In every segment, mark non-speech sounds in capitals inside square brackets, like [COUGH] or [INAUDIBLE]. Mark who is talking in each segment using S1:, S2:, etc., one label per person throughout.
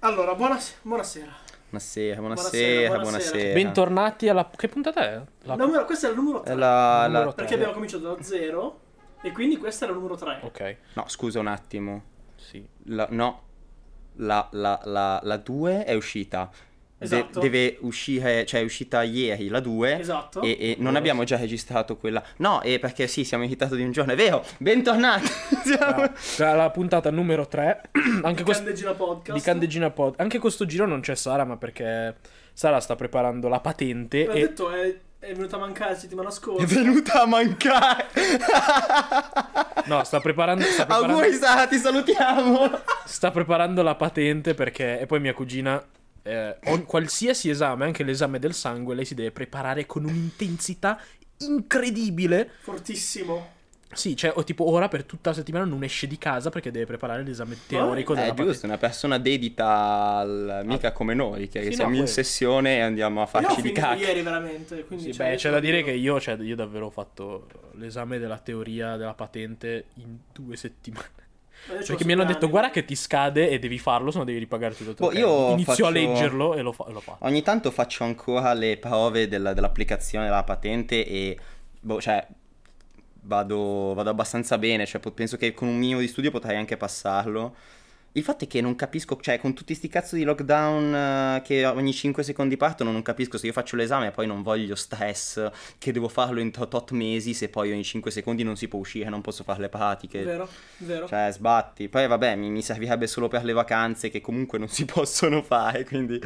S1: Allora, buonas- buonasera.
S2: Buonasera,
S1: Buonasera,
S2: buonasera,
S1: buonasera.
S2: buonasera.
S3: Bentornati alla... Che puntata è? La-
S1: Numero- questo è il numero 3.
S2: È Eh, la-
S3: Numero
S2: la-
S3: tre.
S1: Perché abbiamo cominciato da 0 e quindi questo era il numero 3.
S3: Ok,
S2: No, scusa un attimo.
S3: sì.
S2: La- no, la, 2 è uscita. De-
S1: Esatto.
S2: deve uscire, cioè è uscita ieri la 2.
S1: Esatto.
S2: E, e non abbiamo già registrato quella. No, e perché sì, siamo in ritardo di un giorno, è vero.
S3: [LAUGHS]
S2: Bentornati. Siamo-
S3: Ah, cioè, la puntata numero 3. [CLEARS THROAT] Anche
S1: Di
S3: questo...
S1: Candegina Podcast.
S3: Di Candegina Pod. Anche questo giro non c'è Sara, ma perché Sara sta preparando la patente
S1: L'ha
S3: e...
S1: detto, è, è venuta a mancare la settimana
S2: [LAUGHS] È
S1: scorsa.
S2: venuta a mancare.
S3: No, sta
S1: [LAUGHS]
S3: preparando... Sta preparando...
S2: Auguri, Sara, ti salutiamo.
S3: Sta preparando la patente perché. E poi mia cugina. eh, on- qualsiasi esame, anche l'esame del sangue, lei si deve preparare con un'intensità incredibile.
S1: Fortissimo.
S3: Sì, cioè, o tipo ora per tutta la settimana non esce di casa perché deve preparare l'esame teorico della
S2: Eh, è giusto, una persona dedita al... mica come noi, che
S3: Ah. Sì, no,
S2: siamo in
S3: quello.
S2: sessione e andiamo a
S1: Io ho
S2: farci di
S1: finito
S2: cacca.
S1: ieri veramente. Quindi
S3: Sì,
S1: cioè,
S3: beh, c'è da dire che io, cioè, io davvero ho fatto l'esame della teoria della patente in due settimane.
S1: Ma io c'ho
S3: Perché mi hanno
S1: sette
S3: detto,
S1: anni.
S3: guarda che ti scade e devi farlo, se no devi ripagare tutto il tuo
S2: Boh,
S3: tempo". Cioè,
S2: io
S3: Inizio a
S2: faccio-
S3: leggerlo e lo, fa- e lo faccio.
S2: Ogni tanto faccio ancora le prove della- dell'applicazione della patente e boh, cioè, vado, vado abbastanza bene, cioè, po- penso che con un minimo di studio potrei anche passarlo. Il fatto è che non capisco, cioè con tutti sti cazzo di lockdown eh, che ogni 5 secondi partono, non capisco se io faccio l'esame e poi non voglio stress che devo farlo entro tot mesi se poi ogni 5 secondi non si può uscire, non posso fare le pratiche.
S1: Vero, vero.
S2: Cioè, sbatti. Poi vabbè, mi, mi servirebbe solo per le vacanze che comunque non si [LAUGHS] possono fare, quindi...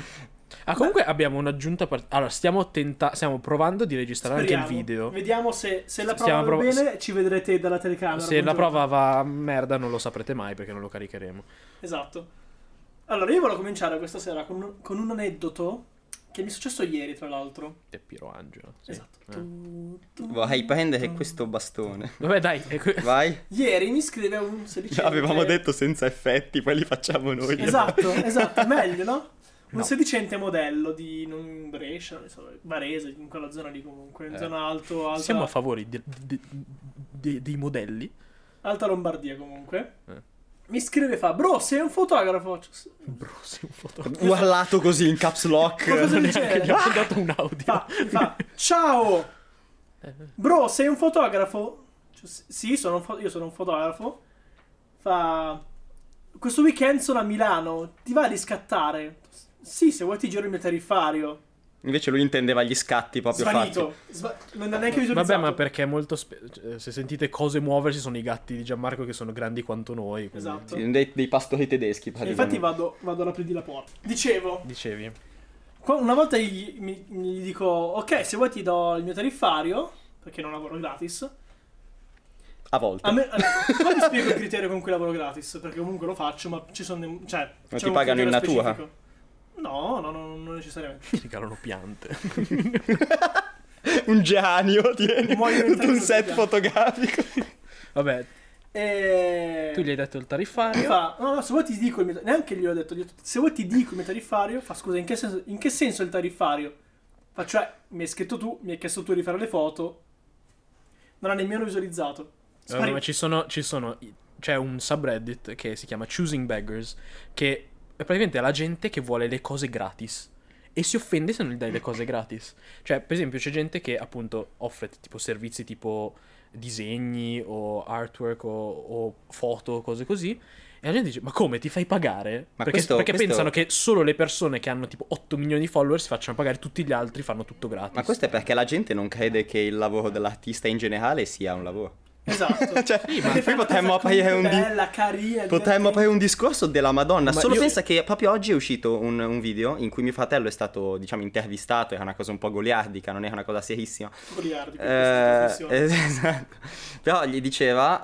S3: Ah, comunque abbiamo un'aggiunta. par- allora, stiamo, tenta- stiamo provando di registrare anche il
S1: Speriamo.
S3: video.
S1: Vediamo se, se la prova
S3: Stiamo
S1: va
S3: prov-
S1: bene, ci vedrete dalla telecamera.
S3: Se la
S1: buongiorno.
S3: prova va a merda non lo saprete mai perché non lo caricheremo.
S1: Esatto. Allora, io volevo cominciare questa sera con un, con un aneddoto che mi è successo ieri, tra l'altro.
S3: Te Piero Angelo. sì.
S1: Esatto.
S3: Eh.
S1: Tu, tu,
S2: Vai, prendere
S1: tu.
S2: questo bastone.
S3: Vabbè dai, [LAUGHS] ecco, è que-
S2: Vai. [LAUGHS]
S1: Ieri mi scrive un sedicenne.
S2: Avevamo
S1: che-
S2: detto senza effetti, poi li facciamo noi.
S1: Esatto, esatto, meglio, no? Un
S3: No.
S1: sedicente modello di non Brescia, non so, Varese, in quella zona lì comunque, in
S2: Eh.
S1: zona alto, alta,
S3: siamo a favore di- di- di- dei modelli.
S1: alta Lombardia comunque.
S3: Eh.
S1: Mi scrive e fa, bro, sei un fotografo. Cioè,
S3: Bro, sei un fotografo.
S2: Urlato così in caps
S1: [LAUGHS]
S2: lock.
S1: Cosa del
S3: Neanche gli
S1: genere.
S3: ho mandato un audio.
S1: Fa, mi fa, ciao, bro, sei un fotografo? Cioè, s- sì, sono un fo- io sono un fotografo. Fa, questo weekend sono a Milano, ti va di scattare? Sì, se vuoi ti giro il mio tariffario.
S2: Invece lui intendeva gli scatti proprio fatti.
S1: Svanito. Sva- non ha neanche visualizzato.
S3: Vabbè, ma perché molto spe- cioè, se sentite cose muoversi sono i gatti di Gianmarco che sono grandi quanto noi. quindi-
S1: Esatto.
S2: Sì, Dei, dei pastori tedeschi.
S1: E
S2: praticamente.
S1: infatti vado, vado ad aprirgli la porta. Dicevo,
S3: [LAUGHS] Dicevi.
S1: qua- una volta gli, mi- gli dico, ok, se vuoi ti do il mio tariffario, perché non lavoro gratis.
S2: A volte.
S1: A me, a- poi
S3: [LAUGHS]
S1: vi spiego il criterio con cui lavoro gratis, perché comunque lo faccio, ma ci sono... dei- Cioè,
S2: Ma
S1: c'è
S2: ti
S1: un
S2: pagano in
S1: criterio
S2: natura?
S1: specifico. No, no, no, non necessariamente.
S3: Ti calano piante.
S2: Un geranio, tieni.
S1: [LAUGHS] Muoio in
S2: Tutto un
S1: tanto
S2: set
S1: di
S2: fotografico.
S3: Vabbè,
S1: E...
S3: tu gli hai detto il
S1: Mi
S3: tariffario.
S1: fa, no, no, se vuoi ti dico il mio... Neanche glielo ho detto, gli ho detto, se vuoi ti dico il mio tariffario, fa scusa, in che senso, in che senso il tariffario? Fa, cioè, mi hai scritto tu, mi hai chiesto tu di fare le foto, non ha nemmeno visualizzato.
S3: Allora,
S1: Spari-
S3: Eh, ma ci sono, ci sono- C'è un subreddit che si chiama Choosing Beggars. Che è praticamente la gente che vuole le cose gratis. E si offende se non gli dai le cose gratis. Cioè, per esempio, c'è gente che appunto offre tipo servizi tipo disegni o artwork o, o foto, cose così. E la gente dice: Ma come ti fai pagare?
S2: Ma
S3: perché
S2: questo-
S3: perché
S2: questo-
S3: pensano che solo le persone che hanno tipo 8 milioni di follower si facciano pagare, tutti gli altri fanno tutto gratis.
S2: Ma questo è perché la gente non crede che il lavoro dell'artista in generale sia un lavoro.
S1: Esatto.
S2: [LAUGHS] Cioè,
S1: ma
S2: qui potremmo aprire un, di-
S1: Bella, carina.
S2: Potremmo aprire un discorso della Madonna.
S3: Ma
S2: Solo
S3: io-
S2: pensa che proprio oggi è uscito un, un video in cui mio fratello è stato, diciamo, intervistato. Era una cosa un po' goliardica, non era una cosa serissima.
S1: Goliardi, per
S2: Eh,
S1: questa trasmissione.
S2: es- [LAUGHS] esatto. Però gli diceva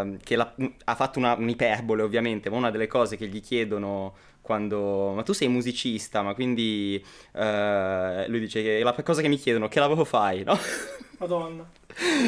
S2: ehm, che la- ha fatto una, un'iperbole, ovviamente, ma una delle cose che gli chiedono quando... Ma tu sei musicista, ma quindi... eh, lui dice che la cosa che mi chiedono, che lavoro fai, no?
S1: Madonna.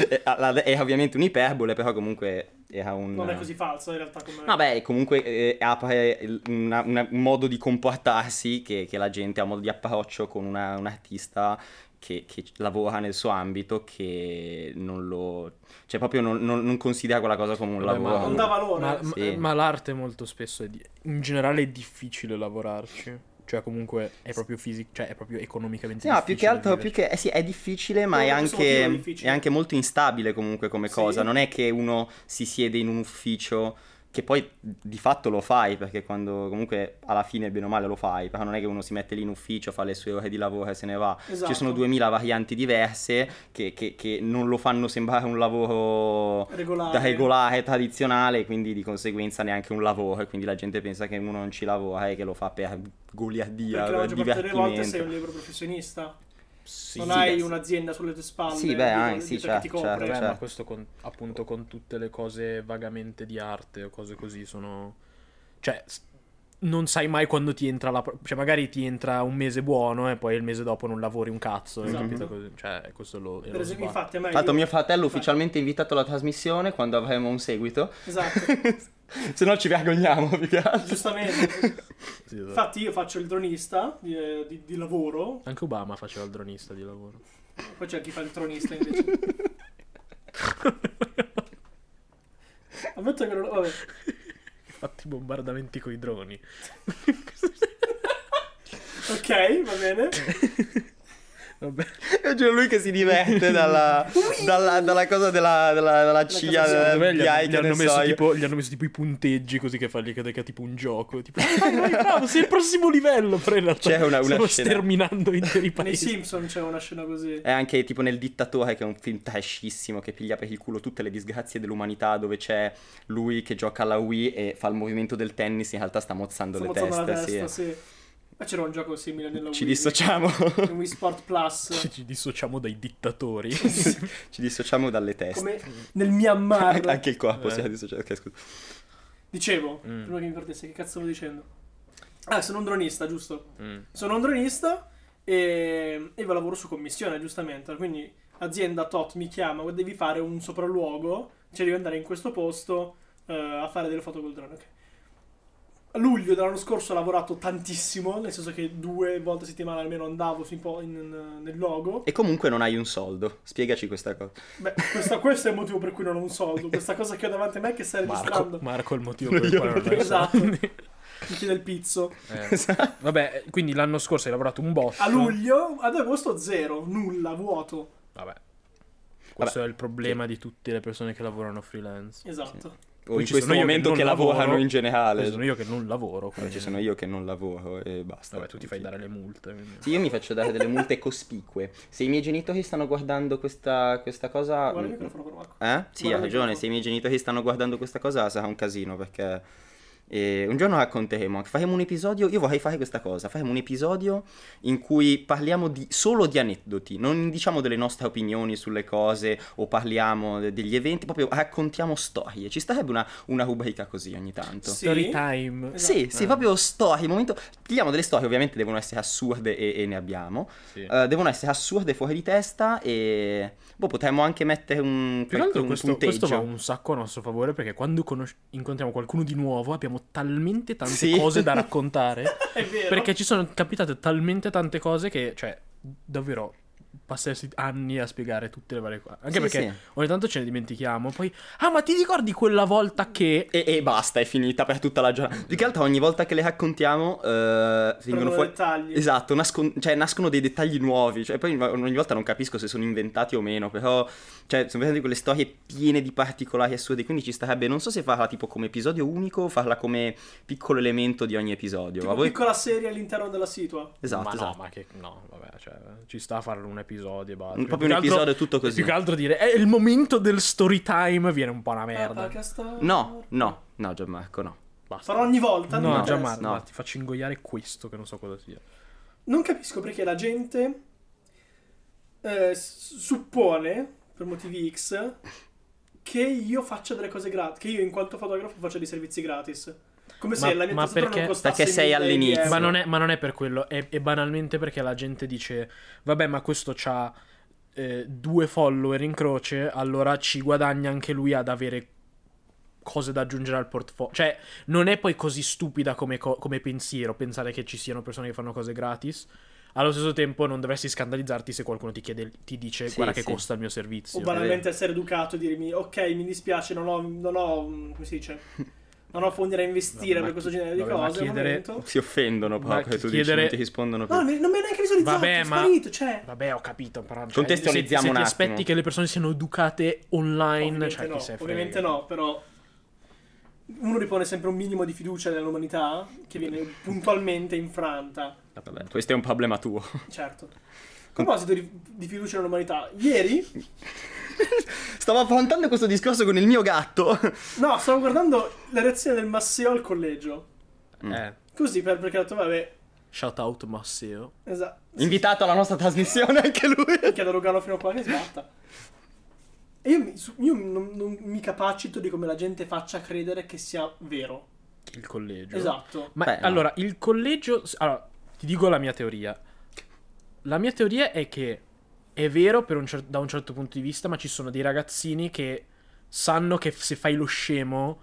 S2: E- alla- Era ovviamente un'iperbole, però comunque era un...
S1: Non è così falso in realtà come...
S2: Vabbè, comunque eh, apre il- una- una- un modo di comportarsi che, che la gente ha un modo di approccio con una- un artista che, che lavora nel suo ambito che non lo... cioè proprio non, non- non considera quella cosa come un
S3: Vabbè,
S2: lavoro.
S1: non dà valore.
S3: Ma, ma-
S2: Sì.
S3: ma l'arte molto spesso è di- in generale è difficile lavorarci. Cioè, comunque è proprio fisico, cioè è proprio economicamente
S2: Sì, no, più che
S3: difficile
S2: altro, più
S3: viverci.
S2: che, eh sì, è difficile, ma
S1: No,
S2: è,
S1: per questo motivo
S2: anche,
S1: è difficile.
S2: è anche molto instabile comunque come
S1: Sì.
S2: cosa. Non è che uno si siede in un ufficio, che poi di fatto lo fai, perché quando comunque alla fine bene o male lo fai, però non è che uno si mette lì in ufficio, fa le sue ore di lavoro e se ne va.
S1: Esatto.
S2: Ci sono 2000 varianti diverse che, che- che non lo fanno sembrare un lavoro
S1: regolare.
S2: da regolare, tradizionale, quindi di conseguenza neanche un lavoro. E quindi la gente pensa che uno non ci lavora e che lo fa per goliardia,
S1: Perché la
S2: per
S1: maggior parte delle
S2: eh, divertimento.
S1: volte sei un libero professionista.
S3: Sì,
S1: non
S2: sì,
S1: hai
S2: sì.
S1: un'azienda sulle tue spalle.
S2: Sì, beh,
S1: dietro-
S2: anche, sì,
S1: dietro che ti
S2: certo,
S1: copre. eh.
S2: certo.
S3: Vabbè,
S2: cioè-
S3: ma questo con- appunto con tutte le cose vagamente di arte o cose così sono... Cioè, s- non sai mai quando ti entra la... pro- Cioè, magari ti entra un mese buono e poi il mese dopo non lavori un cazzo.
S1: Esatto.
S3: capito? Così- Cioè, questo lo...
S1: Per esempio, infatti, a me.
S2: Tanto
S1: io-
S2: mio fratello
S1: Vai.
S2: ufficialmente invitato alla trasmissione quando avremo un seguito. [LAUGHS]
S1: Esatto.
S2: Se no ci vergogniamo più che altro.
S1: Giustamente.
S3: Sì, esatto.
S1: Infatti, io faccio il dronista di, eh, di- di lavoro.
S3: Anche Obama faceva il dronista di lavoro.
S1: Poi c'è chi fa il tronista invece.
S2: [LAUGHS]
S1: Ammetto che non. Vabbè.
S3: Fatti bombardamenti coi droni.
S1: Ok, va bene.
S3: Vabbè.
S2: Io giuro lui che si diverte dalla, dalla- dalla cosa della, della, della ciglia
S1: cosa-
S2: del
S3: Vabbè, gli,
S2: FBI
S3: gli
S2: che
S3: hanno
S2: ne
S3: messo
S2: so io.
S3: tipo, gli hanno messo tipo i punteggi così che fa che che è tipo un gioco. Tipo, vai, vai, Ah, bravo, sei il prossimo livello. Però in realtà
S2: C'è una- una
S3: stiamo
S2: scena.
S3: sterminando [LAUGHS] interi
S1: Nei
S3: paesi.
S1: Simpson c'è una scena così.
S2: E anche tipo nel Dittatore che è un film trashissimo che piglia per il culo tutte le disgrazie dell'umanità dove c'è lui che gioca alla Wii e fa il movimento del tennis in realtà sta mozzando
S1: Sto
S2: le
S1: mozzando la
S2: teste.
S1: testa,
S2: sì.
S1: sì. Ma c'era un gioco simile nella
S2: Ci
S1: Wii.
S2: dissociamo. [LAUGHS]
S1: in Wii Sport Plus.
S3: Ci, ci dissociamo dai dittatori.
S2: Ci dissociamo dalle teste.
S1: Come nel Myanmar.
S2: [LAUGHS] Anche il corpo
S3: Eh.
S2: si è dissociato. Ok, scusa.
S1: Dicevo,
S3: Mm.
S1: prima che mi perdesse, che cazzo stavo dicendo? Ah, sono un dronista, giusto?
S3: Mm.
S1: Sono un dronista e, e io lavoro su commissione, giustamente. Quindi azienda tot mi chiama, "Guarda, devi fare un sopralluogo, cioè devi andare in questo posto eh, a fare delle foto col drone. ok. A luglio dell'anno scorso ho lavorato tantissimo, nel senso che due volte a settimana almeno andavo su- un po' in- nel logo.
S2: E comunque non hai un soldo. Spiegaci questa cosa. [LAUGHS]
S1: Beh, questa- questo è il motivo per cui non ho un soldo. Questa cosa che ho davanti a me che sta
S3: Marco,
S1: registrando
S3: Marco è il motivo per il
S2: Io
S3: quale non
S2: lo
S3: hai
S1: esatto.
S3: soldi.
S1: mi chiede il pizzo.
S3: Eh, Vabbè, quindi l'anno scorso hai lavorato un botto.
S1: A luglio, ad agosto zero, nulla, vuoto.
S3: Vabbè. Questo è il problema di tutte le persone che lavorano freelance.
S1: Esatto.
S2: O
S3: Poi
S2: in
S3: ci
S2: questo
S3: sono io che
S2: momento
S3: non
S2: che lavorano
S3: lavoro.
S2: in generale.
S3: Poi sono io che non lavoro.
S2: Poi
S3: quindi-
S2: Ci sono io che non lavoro e basta.
S3: Vabbè, tu ti fai dare le multe. quindi-
S2: Sì, io mi faccio dare delle multe cospicue. Se i miei genitori stanno guardando questa, questa cosa.
S1: Guarda il microfono per Marco.
S2: Eh? Sì,
S1: Guarda
S2: hai
S1: il
S2: ragione.
S1: microfono.
S2: Se i miei genitori stanno guardando questa cosa sarà un casino perché. eh, un giorno racconteremo, anche- faremo un episodio, io vorrei fare questa cosa, faremo un episodio in cui parliamo di, solo di aneddoti, non diciamo delle nostre opinioni sulle cose o parliamo de- degli eventi, proprio raccontiamo storie, ci starebbe una, una rubrica così ogni tanto.
S1: Sì. Eh.
S3: Story time.
S2: Sì,
S3: Esatto.
S2: sì, proprio storie, momento... Pigliamo delle storie, ovviamente devono essere assurde e, e ne abbiamo.
S3: Sì.
S2: Eh, devono essere assurde fuori di testa e... Boh, potremmo anche mettere un,
S3: Più che altro
S2: Ecco, un
S3: questo, questo va un sacco a nostro favore perché quando conos- incontriamo qualcuno di nuovo abbiamo talmente tante
S2: Sì.
S3: cose da
S2: [LAUGHS]
S3: raccontare
S1: [LAUGHS]
S2: Eh.
S1: È vero.
S3: perché ci sono capitate talmente tante cose che, cioè, davvero passersi anni a spiegare tutte le varie cose. Anche
S2: Sì,
S3: perché
S2: sì.
S3: ogni tanto ce ne dimentichiamo, poi ah, ma ti ricordi quella volta che
S2: E, e basta, è finita per tutta la giornata. Più che altro ogni volta che le raccontiamo eh, vengono
S1: Prendono
S2: fuori...
S1: dettagli.
S2: Esatto, nascon- cioè, nascono dei dettagli nuovi, cioè poi ogni volta non capisco se sono inventati o meno, però cioè, sono veramente quelle storie piene di particolari assurdi, quindi ci starebbe, non so se farla tipo come episodio unico o farla come piccolo elemento di ogni episodio.
S1: Tipo
S2: A voi-
S1: piccola serie all'interno della situa.
S2: Esatto,
S3: ma
S2: esatto.
S3: no, ma che no, vabbè, cioè, ci sta a fare un episodio e basta.
S2: Proprio
S3: Più
S2: un
S3: che altro-
S2: episodio tutto così.
S3: Più che altro dire, è il momento del story time viene un po' una merda.
S1: Papa, casta-
S2: No, no, no Gianmarco, no.
S3: Basta.
S1: Ah, Farò ogni volta.
S3: No,
S1: non mi
S3: già
S1: interessa.
S3: Mar-
S2: no.
S3: ma ti faccio ingoiare questo che non so cosa sia.
S1: Non capisco perché la gente eh, s- suppone, per motivi X, che io faccia delle cose gratis. Che io, in quanto fotografo, faccia dei servizi gratis. Come se
S3: Ma-
S1: la mia
S3: ma
S1: testatura
S3: perché-
S1: non costasse
S2: perché sei
S1: 1000
S2: all'inizio.
S1: euro.
S3: Ma non, è, ma non è per quello, è, è banalmente perché la gente dice, vabbè ma questo c'ha eh, due follower in croce, allora ci guadagna anche lui ad avere cose da aggiungere al portfolio. Cioè, non è poi così stupida come, co- come pensiero pensare che ci siano persone che fanno cose gratis. allo stesso tempo non dovresti scandalizzarti se qualcuno ti, chiede, ti dice
S2: Sì,
S3: guarda che
S2: sì.
S3: costa il mio servizio.
S1: o banalmente essere educato e dirmi ok mi dispiace non ho, non ho mm, come si
S3: [LAUGHS]
S1: dice non ho fondi da investire
S3: Vabbè, ma
S1: per questo
S3: chi-
S1: genere di
S3: vabbè, ma
S1: cose al
S3: chiedere-
S1: momento.
S2: [LAUGHS]
S3: [LAUGHS]
S2: Si offendono
S3: Ma
S2: poco e tu dici
S3: chiedere-
S2: non ti rispondono più.
S1: no non mi non mi ha neanche visualizzato
S3: Vabbè,
S1: è
S3: ma-
S1: sparito cioè
S3: Vabbè, ho capito. Però, cioè,
S2: Contestualizziamo
S3: se, se
S2: un attimo.
S3: ti aspetti che le persone siano educate online,
S1: ovviamente
S3: cioè, chi
S1: no
S3: se frega.
S1: ovviamente no però uno ripone sempre un minimo di fiducia nell'umanità che
S3: [LAUGHS]
S1: viene puntualmente infranta
S2: Vabbè, questo è un problema tuo. [LAUGHS]
S1: certo a proposito di, di fiducia nell'umanità ieri
S2: Stavo affrontando questo discorso con il mio gatto. [LAUGHS]
S1: no stavo guardando la reazione del Masseo al collegio
S2: Mm.
S3: Eh,
S1: così per, perché ho detto vabbè
S3: shout out Masseo.
S1: esatto
S2: Invitato alla nostra trasmissione anche lui.
S1: Perché da Lugano fino a qua che sbatta. E io, mi, su- io non, non mi capacito di come la gente faccia credere che sia vero.
S3: Il collegio.
S1: Esatto.
S3: Ma
S2: Beh, no.
S3: allora, il collegio. s- Allora, ti dico la mia teoria. La mia teoria è che è vero per un cer- da un certo punto di vista, ma ci sono dei ragazzini che sanno che f- se fai lo scemo,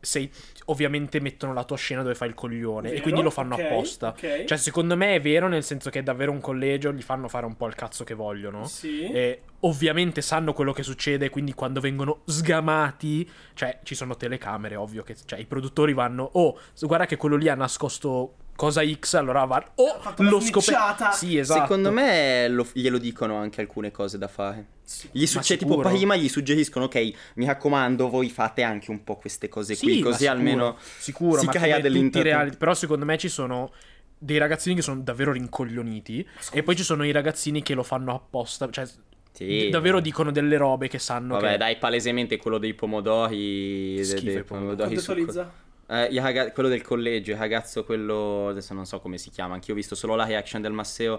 S3: sei- ovviamente mettono la tua scena dove fai il coglione e
S1: Vero,
S3: quindi lo fanno
S1: ok,
S3: apposta.
S1: ok.
S3: Cioè, secondo me è vero nel senso che è davvero un collegio, gli fanno fare un po' il cazzo che vogliono.
S1: Sì.
S2: Eh,
S3: E ovviamente sanno quello che succede, quindi quando vengono sgamati, cioè ci sono telecamere, ovvio che cioè, i produttori vanno, oh, guarda che quello lì ha nascosto cosa X, allora va, oh,
S1: fatto una
S3: lo scoperto.
S1: snitchata.
S3: Sì, esatto.
S2: Secondo me lo- glielo dicono anche alcune cose da fare.
S1: Sì.
S2: Gli succe- tipo
S3: sicuro?
S2: prima gli suggeriscono, ok, mi raccomando, voi fate anche un po' queste cose
S3: Sì,
S2: qui,
S3: ma
S2: così
S3: sicuro,
S2: almeno
S3: sicuro,
S2: si
S3: ma
S2: crea
S3: come tutti i
S2: dell'inter-
S3: reality- però secondo me ci sono dei ragazzini che sono davvero rincoglioniti e poi ci sono i ragazzini che lo fanno apposta, cioè
S2: Sì.
S3: d- davvero dicono delle robe che sanno
S2: Vabbè,
S3: che
S2: dai, palesemente quello dei pomodori. de-
S3: Schifo
S2: dei
S3: i pomodori.
S2: pomodori
S1: Contestualizza.
S2: succo- Eh, il raga- quello del collegio, il ragazzo, quello. Adesso non so come si chiama, anch'io ho visto solo la reaction del Masseo.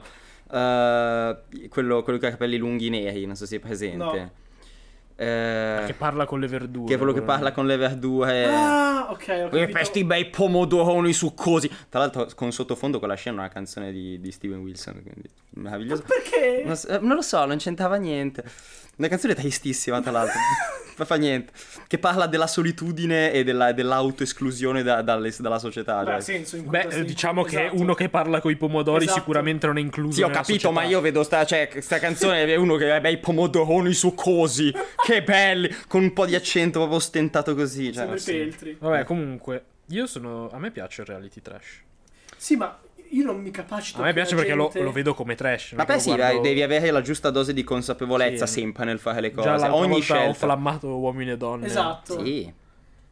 S2: Eh, quello, quello che ha i capelli lunghi neri, non so se è presente.
S1: No.
S2: Eh,
S3: che parla con le verdure.
S2: che è quello che parla con le
S3: Eh.
S2: verdure.
S1: Ah, ok, ho
S2: Quei
S1: capito.
S2: questi bei pomodoroni succosi. Tra l'altro, con sottofondo quella scena è una canzone di, di Steven Wilson. Quindi
S1: Ma
S2: meraviglioso.
S1: perché?
S2: Non, so- eh, non lo so, non c'entrava niente. Una canzone tristissima,
S1: [LAUGHS]
S2: tra l'altro. Ma fa niente. Che parla della solitudine e della, dell'autoesclusione da- dalle- dalla società.
S1: Beh,
S2: cioè.
S1: ha senso in
S3: Beh,
S1: contesto-
S3: eh, diciamo che
S1: esatto.
S3: uno che parla con i pomodori
S1: Esatto.
S3: sicuramente non è incluso.
S2: Sì, ho
S3: nella
S2: capito,
S3: società.
S2: ma io vedo sta, cioè, sta canzone è uno che ha bei pomodoroni succosi. che belli! Con un po' di accento proprio ostentato così. Cioè,
S1: Sembra i
S2: sì.
S1: Feltri.
S3: Vabbè, comunque, io sono. A me piace il reality trash.
S1: Sì, ma io non mi capacito
S3: A me
S1: che
S3: piace
S1: la
S3: perché lo,
S1: gente-
S3: lo vedo come trash. non
S2: Ma
S3: è che
S2: beh
S3: lo
S2: sì,
S3: guardo-
S2: dai, devi avere la giusta dose di consapevolezza
S3: Sì.
S2: sempre nel fare le
S3: Già
S2: cose.
S3: l'altra
S2: Ogni
S3: volta ho
S2: scelta.
S3: flammato uomini e donne.
S1: Esatto.
S2: Sì.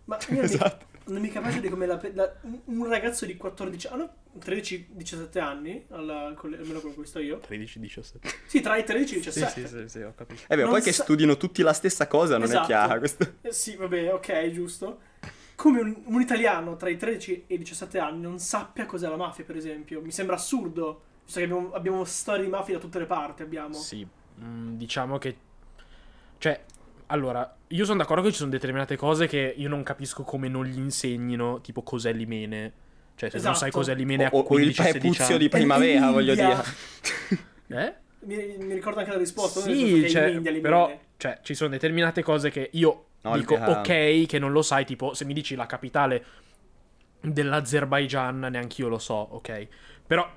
S1: Ma
S3: Cioè,
S1: io
S3: esatto.
S1: mi, non mi capisco di come la, pe- la- un- un ragazzo di 14 anni, 13-17 anni, alla- con le- almeno quello che sto io.
S3: 13-17.
S1: Sì, tra i 13 e i 17.
S3: Sì, sì, sì, sì, ho capito.
S2: È vero,
S1: Non
S2: Eh, poi che
S1: sa-
S2: studino tutti la stessa cosa non è
S1: Esatto.
S2: chiaro. Questo...
S1: Eh, Sì, vabbè, ok, giusto. Come un, un italiano tra i 13 e i 17 anni non sappia cos'è la mafia, per esempio. Mi sembra assurdo. Visto che abbiamo, abbiamo storie di mafia da tutte le parti, abbiamo.
S3: Sì, mm, diciamo che. Cioè, allora, io sono d'accordo che ci sono determinate cose che io non capisco come non gli insegnino, tipo cos'è l'imene. Cioè, se non
S1: Esatto.
S3: sai cos'è l'imene a
S2: O, o il
S3: 15
S2: prepuzio di
S1: Per l'India.
S2: primavera, voglio dire.
S3: [LAUGHS] Eh?
S1: Mi, mi ricordo anche la risposta. non è giusto
S3: Sì,
S1: che
S3: cioè,
S1: in India li
S3: però
S1: vende.
S3: cioè, ci sono determinate cose che io
S2: No, il
S3: dico
S2: Tehran.
S3: ok che non lo sai, tipo se mi dici la capitale dell'Azerbaigian neanche io lo so, ok? Però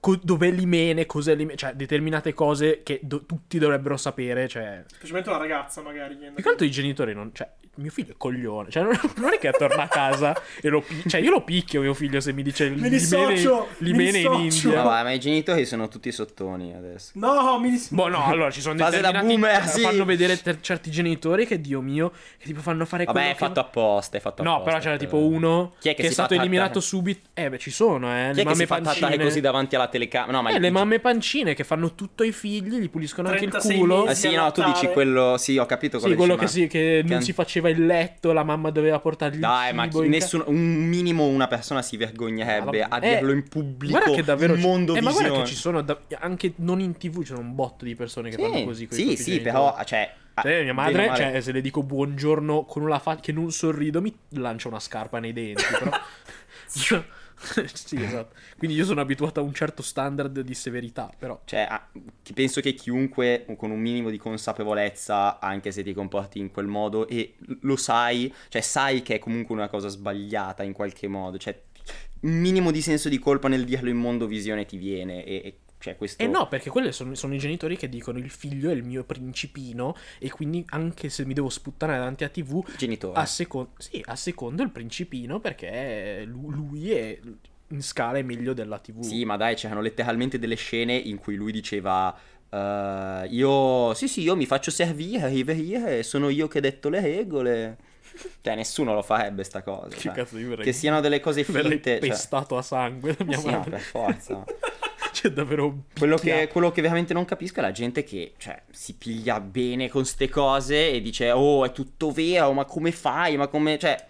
S3: co- dov'è l'imene, cos'è l'imene, cioè determinate cose che do- tutti dovrebbero sapere, cioè
S1: Specialmente una ragazza, magari. viene da-
S3: più che altro i genitori non. Cioè, mio figlio è coglione. Cioè, [LAUGHS] non, non è che torna a casa e lo pi- Cioè, io lo picchio mio figlio se mi dice
S1: Mi
S3: l'imene,
S1: dissocio,
S3: l'imene
S1: mi
S3: in
S1: dissocio.
S2: Ma
S3: India.
S2: va, ma i genitori sono tutti sottoni adesso.
S1: No, mi dis-
S3: Boh, no, allora ci sono
S2: Fase da
S3: determinati
S2: boomer,
S3: che
S2: sì.
S3: fanno vedere ter- certi genitori che, Dio mio, che tipo fanno fare
S2: Vabbè,
S3: quello
S2: è fatto
S3: che...
S2: apposta, è fatto
S3: No,
S2: apposta. eh.
S3: però c'era tipo uno
S2: Chi è
S3: che,
S2: che
S3: è
S2: si
S3: stato
S2: fa trattare?
S3: eliminato subito. Eh, beh, ci sono, eh. Le
S2: Chi è che
S3: mamme
S2: si fa trattare
S3: pancine.
S2: così davanti alla telecamera? No, ma
S3: eh,
S2: il-
S3: le mamme pancine che fanno tutto ai figli, gli puliscono anche il
S1: 36
S3: culo.
S2: Eh, sì, no, tu dici quello... Sì, ho capito
S3: Sì,
S2: quello
S3: quello che,
S2: dici,
S3: si, che non
S2: che-
S3: si faceva il letto, la mamma doveva portargli
S2: Dai,
S3: il
S2: ma
S3: cibo.
S2: chi-
S3: in ca-
S2: nessuno, un minimo una persona si vergognerebbe
S3: Madonna.
S2: a dirlo
S3: Eh,
S2: in pubblico.
S3: Guarda che davvero
S2: in
S3: ci-
S2: mondo
S3: eh, ma guarda che
S2: visione.
S3: ci sono da- anche non in TV ci sono un botto di persone che fanno così coi
S2: sì,
S3: propri
S2: sì,
S3: genitori.
S2: però, cioè... ah,
S3: Cioè, mia
S2: bene o
S3: madre,
S2: male-
S3: cioè, se le dico buongiorno con una faccia che non sorrido, mi lancia una scarpa nei denti. Però. [LAUGHS] Io- [LAUGHS] sì, esatto. Quindi io sono abituato a un certo standard di severità, però.
S2: Cioè, ah, che penso che chiunque con un minimo di consapevolezza, anche se ti comporti in quel modo e l- lo sai, cioè sai che è comunque una cosa sbagliata in qualche modo, cioè un minimo di senso di colpa nel dirlo in mondo visione ti viene e, e cioè, questo...
S3: E Eh, no, perché quelli sono, sono i genitori che dicono il figlio è il mio principino e quindi anche se mi devo sputtanare davanti a tv,
S2: Genitore.
S3: a, secondo sì, a secondo il principino perché lu- lui è in scala è meglio della tv.
S2: Sì, ma dai, c'erano letteralmente delle scene in cui lui diceva. "Eh, io sì, sì, io mi faccio servire, riverire, sono io che ho detto le
S3: [LAUGHS]
S2: regole. Cioè, nessuno lo farebbe sta cosa.
S3: che
S2: cioè.
S3: cazzo di
S2: Che siano delle cose
S3: verrei
S2: finte. Cioè, sì,
S3: pestato a sangue da mia
S2: no,
S3: madre.
S2: per
S3: [LAUGHS]
S2: forza.
S3: Cioè, davvero un
S2: Quello
S3: picchia-
S2: che, quello che veramente non capisco è la gente che cioè, si piglia bene con ste cose e dice: Oh, è tutto vero, ma come fai? Ma come. Cioè,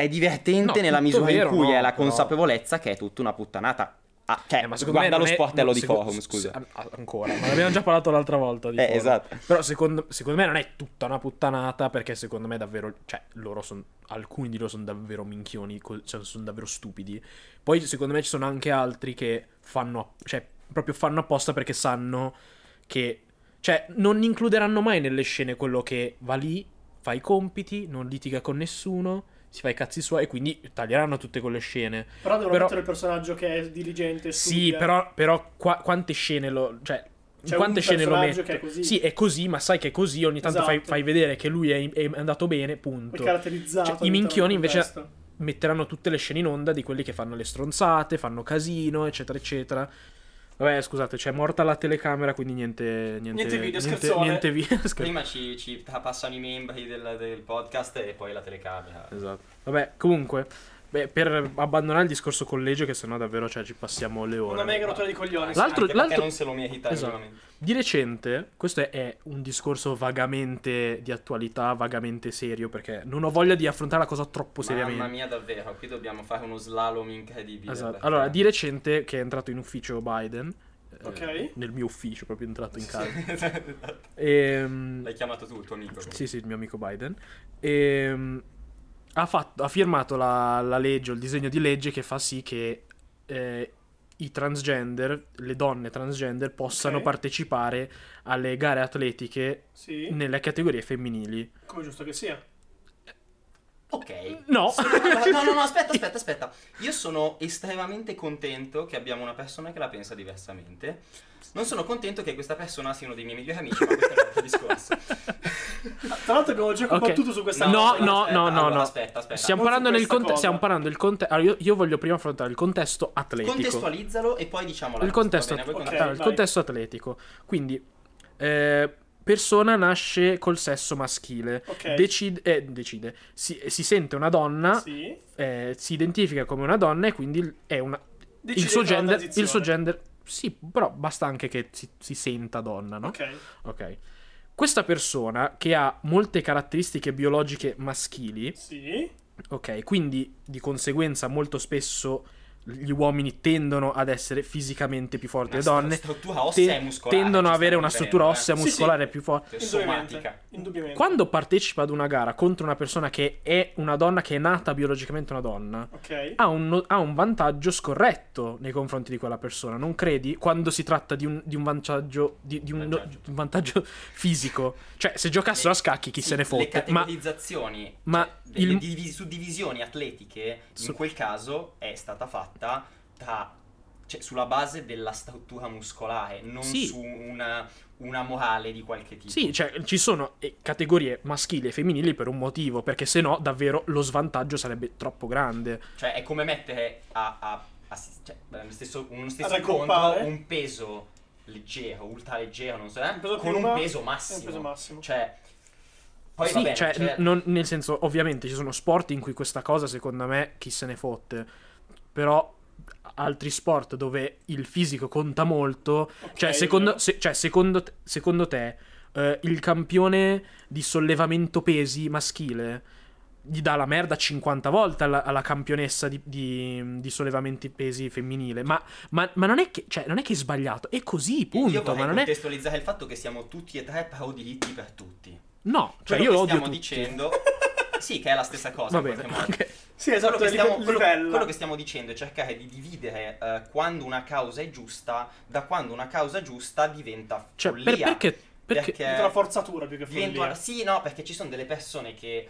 S2: è divertente
S3: No,
S2: nella
S3: tutto
S2: misura
S3: vero
S2: in cui
S3: no,
S2: è la
S3: però-
S2: consapevolezza che è tutta una puttanata. Ah, cioè,
S3: Eh, ma secondo
S2: guarda
S3: me
S2: lo
S3: non è-
S2: sportello
S3: no,
S2: di
S3: secondo-
S2: Forum,
S3: s-
S2: scusa.
S3: a- a- ancora, [LAUGHS] ma l'abbiamo già parlato l'altra volta di
S2: Eh,
S3: Forum.
S2: esatto.
S3: Però secondo, secondo me non è tutta una puttanata perché secondo me davvero, cioè, loro sono alcuni di loro sono davvero minchioni, co- cioè, sono davvero stupidi. Poi secondo me ci sono anche altri che fanno, app- cioè, proprio fanno apposta perché sanno che cioè, non includeranno mai nelle scene quello che va lì, fa i compiti, non litiga con nessuno, si fa i cazzi suoi e quindi taglieranno tutte quelle scene.
S1: Però devono
S3: Però-
S1: mettere il personaggio che è diligente.
S3: Sì,
S1: studia.
S3: però, però qua- quante scene lo. Cioè,
S1: C'è
S3: quante
S1: un
S3: scene lo
S1: personaggio
S3: metto?
S1: che è così.
S3: Sì, è così, ma sai che è così. Ogni tanto fai,
S1: Esatto.
S3: fai vedere che lui è, è andato bene,
S1: È
S3: punto.
S1: caratterizzato.
S3: Cioè, i
S1: all'interno
S3: minchioni
S1: del
S3: invece-
S1: contesto.
S3: Metteranno tutte le scene in onda di quelli che fanno le stronzate, fanno casino, eccetera, eccetera. Vabbè, scusate, c'è morta la telecamera, quindi niente. Niente,
S1: Niente video,
S3: niente,
S1: scherzone.
S3: niente
S1: [LAUGHS]
S3: video, scherzo.
S2: Prima ci, ci passano i membri del, del podcast e poi la telecamera.
S3: Esatto. Vabbè, comunque, beh, per abbandonare il discorso collegio, che sennò davvero cioè, ci passiamo le ore.
S1: Una mega rottura di coglioni.
S3: L'altro-
S2: Anche perché
S3: l'altro-
S2: non se lo merita
S3: Esatto.
S2: minimamente.
S3: Di recente, questo è- è un discorso vagamente di attualità, vagamente serio, perché non ho voglia di affrontare la cosa troppo seriamente.
S2: Mamma mia, davvero, qui dobbiamo fare uno slalom incredibile.
S3: Esatto.
S2: perché-
S3: Allora, di recente che è entrato in ufficio Biden, eh,
S1: Ok.
S3: nel mio ufficio, proprio entrato in casa.
S2: Esatto.
S3: Ehm,
S2: [LAUGHS] L'hai chiamato tu, il tuo amico.
S3: Sì, sì, il mio amico Biden. Ehm, ha, fatto- ha firmato la, la legge o il disegno di legge che fa sì che eh, i transgender, le donne transgender, possano
S1: Ok.
S3: partecipare alle gare atletiche
S1: Sì.
S3: nelle categorie femminili.
S1: Come giusto che sia.
S2: Ok. [LAUGHS]
S3: No,
S2: Sono- No, no, no, aspetta, aspetta, aspetta. Io sono estremamente contento che abbiamo una persona che la pensa diversamente. Non sono contento che questa persona sia uno dei miei migliori amici, ma questo è un altro discorso.
S1: Ah, Tra l'altro abbiamo già
S3: Ok.
S1: combattuto su questa
S3: [LAUGHS] No,
S1: cosa.
S3: no,
S2: aspetta,
S3: no, no,
S2: allora,
S3: no.
S2: aspetta, aspetta.
S3: Stiamo
S1: Non su
S3: parlando, nel
S1: questa
S3: conte-
S1: Cioè, cosa.
S3: stiamo parlando del contesto. Allora, io, io voglio prima affrontare il contesto atletico.
S2: Contestualizzalo e poi diciamo la
S3: Il contesto,
S2: Va bene, voi
S1: ok.
S2: contestualizzate.
S3: allora, il
S1: vai.
S3: contesto atletico. Quindi, eh, persona nasce col sesso maschile.
S1: Ok.
S3: Decide, eh, decide. Si, si sente una donna,
S1: Sì.
S3: eh, si identifica come una donna e quindi è una,
S1: Decide
S3: il, suo
S1: di fare una
S3: gender, il suo
S1: transizione.
S3: gender... Sì, però basta anche che si, si senta donna, no?
S1: Ok.
S3: ok. Questa persona che ha molte caratteristiche biologiche maschili,
S1: Sì.
S3: Ok, quindi di conseguenza molto spesso gli uomini tendono ad essere fisicamente più forti
S2: Una
S3: delle donne,
S2: stru- struttura ossea
S3: te-
S2: e muscolare,
S3: tendono ad
S2: ci
S3: avere
S2: stiamo
S3: una
S2: riferendo,
S3: struttura
S2: eh.
S3: ossea
S1: Sì,
S3: muscolare più forte.
S2: Somatica.
S1: Indubbiamente. Indubbiamente.
S3: Quando partecipa ad una gara contro una persona che è una donna, che è nata biologicamente una donna,
S1: Ok.
S3: ha un, ha un vantaggio scorretto nei confronti di quella persona, non credi? Quando si tratta di un, di un vantaggio, di, di un,
S2: Vantaggio.
S3: di un vantaggio [LAUGHS] fisico. Cioè, se giocassero a scacchi chi
S2: Sì,
S3: se ne
S2: Le
S3: fotte, ma...
S2: categorizzazioni,
S3: ma
S2: cioè,
S3: il-
S2: le divi- suddivisioni atletiche
S3: Su-
S2: in quel caso è stata fatta tra- cioè, sulla base della struttura muscolare, non
S3: Sì.
S2: su una, una morale di qualche tipo.
S3: Sì, cioè ci sono eh, categorie maschili e femminili per un motivo, perché se no davvero lo svantaggio sarebbe troppo grande.
S2: Cioè, è come mettere a, a- a- cioè, nello stesso, uno stesso
S1: Ad
S2: incontro
S1: accoppare.
S2: un peso leggero, ultra leggero, non so, eh,
S1: Un peso
S2: con
S1: piuma
S2: un
S1: e
S2: peso
S1: un
S2: massimo.
S1: peso massimo.
S2: Cioè, poi
S3: sì,
S2: va bene,
S3: cioè,
S2: cioè-
S3: n- non- nel senso, ovviamente ci sono sport in cui questa cosa, secondo me, chi se ne fotte. Però altri sport dove il fisico conta molto.
S1: Ok,
S3: Cioè, secondo,
S1: vero.
S3: se- cioè, secondo te, secondo te, eh, il campione di sollevamento pesi maschile gli dà la merda 50 volte alla, alla campionessa di, di- di sollevamenti pesi femminile. Ma, ma- ma non, è che, cioè, non è che è sbagliato, è così,
S2: io
S3: punto.
S2: vorrei
S3: Ma non è...
S2: contestualizzare il fatto che siamo tutti e tre parodilitti per tutti.
S3: No, cioè,
S2: Quello
S3: io
S2: che
S3: odio
S2: stiamo
S3: tutti.
S2: dicendo [LAUGHS] sì che è la stessa cosa
S3: Va
S2: in
S3: bene,
S2: qualche modo.
S3: ok.
S1: Sì, esatto.
S2: Cioè, Quello che, stiamo,
S1: live-
S2: quello-
S1: livella.
S2: quello che stiamo dicendo è cercare di dividere eh, quando una causa è giusta da quando una causa giusta diventa
S3: Cioè, per-
S2: follia.
S3: perché... perché...
S1: Tutta una forzatura più che
S2: diventa-
S1: follia.
S2: Sì, no, perché ci sono delle persone che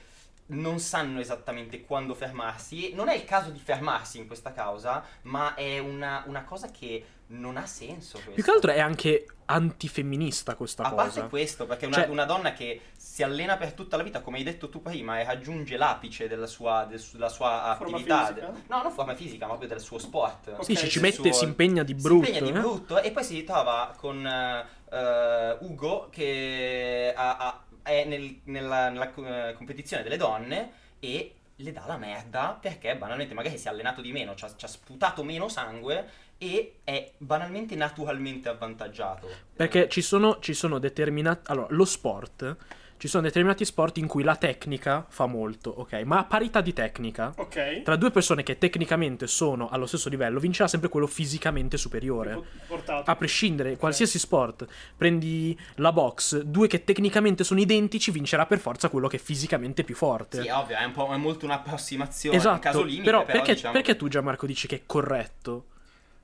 S2: non sanno esattamente quando fermarsi. Non è il caso di fermarsi in questa causa, ma è una, una cosa che non ha senso. Questa.
S3: Più che altro è anche antifemminista questa
S2: A
S3: cosa.
S2: parte questo, perché una,
S3: Cioè-
S2: una donna che si allena per tutta la vita, come hai detto tu prima, e raggiunge l'apice della sua, del su- della sua
S1: Forma
S2: attività.
S1: fisica?
S2: de- no, non forma fisica, ma proprio del suo sport.
S1: Ok,
S3: sì, ci, ci
S1: se
S2: Del
S3: mette,
S2: suo-
S3: si impegna di
S2: cioè, si
S3: brutto.
S2: impegna di
S3: eh?
S2: brutto e poi si ritrova con eh, eh, Ugo che ha- ha- è nel- nella, nella co- eh, competizione delle donne e le dà la merda perché banalmente magari si è allenato di meno, ci ha, ci ha sputato meno sangue e è banalmente naturalmente avvantaggiato.
S3: Perché ci sono, ci sono determinati. Allora, lo sport. Ci sono determinati sport in cui la tecnica fa molto, ok? Ma a parità di tecnica,
S1: Ok.
S3: tra due persone che tecnicamente sono allo stesso livello, vincerà sempre quello fisicamente superiore.
S1: Tipo Portato.
S3: A prescindere, qualsiasi sport, prendi la box, due che tecnicamente sono identici, vincerà per forza quello che è fisicamente più forte.
S2: Sì, è ovvio, è, un po', è molto un'approssimazione,
S3: esatto.
S2: un caso limite,
S3: però,
S2: però,
S3: perché,
S2: diciamo
S3: perché
S2: che-
S3: tu, Gianmarco, dici che è corretto?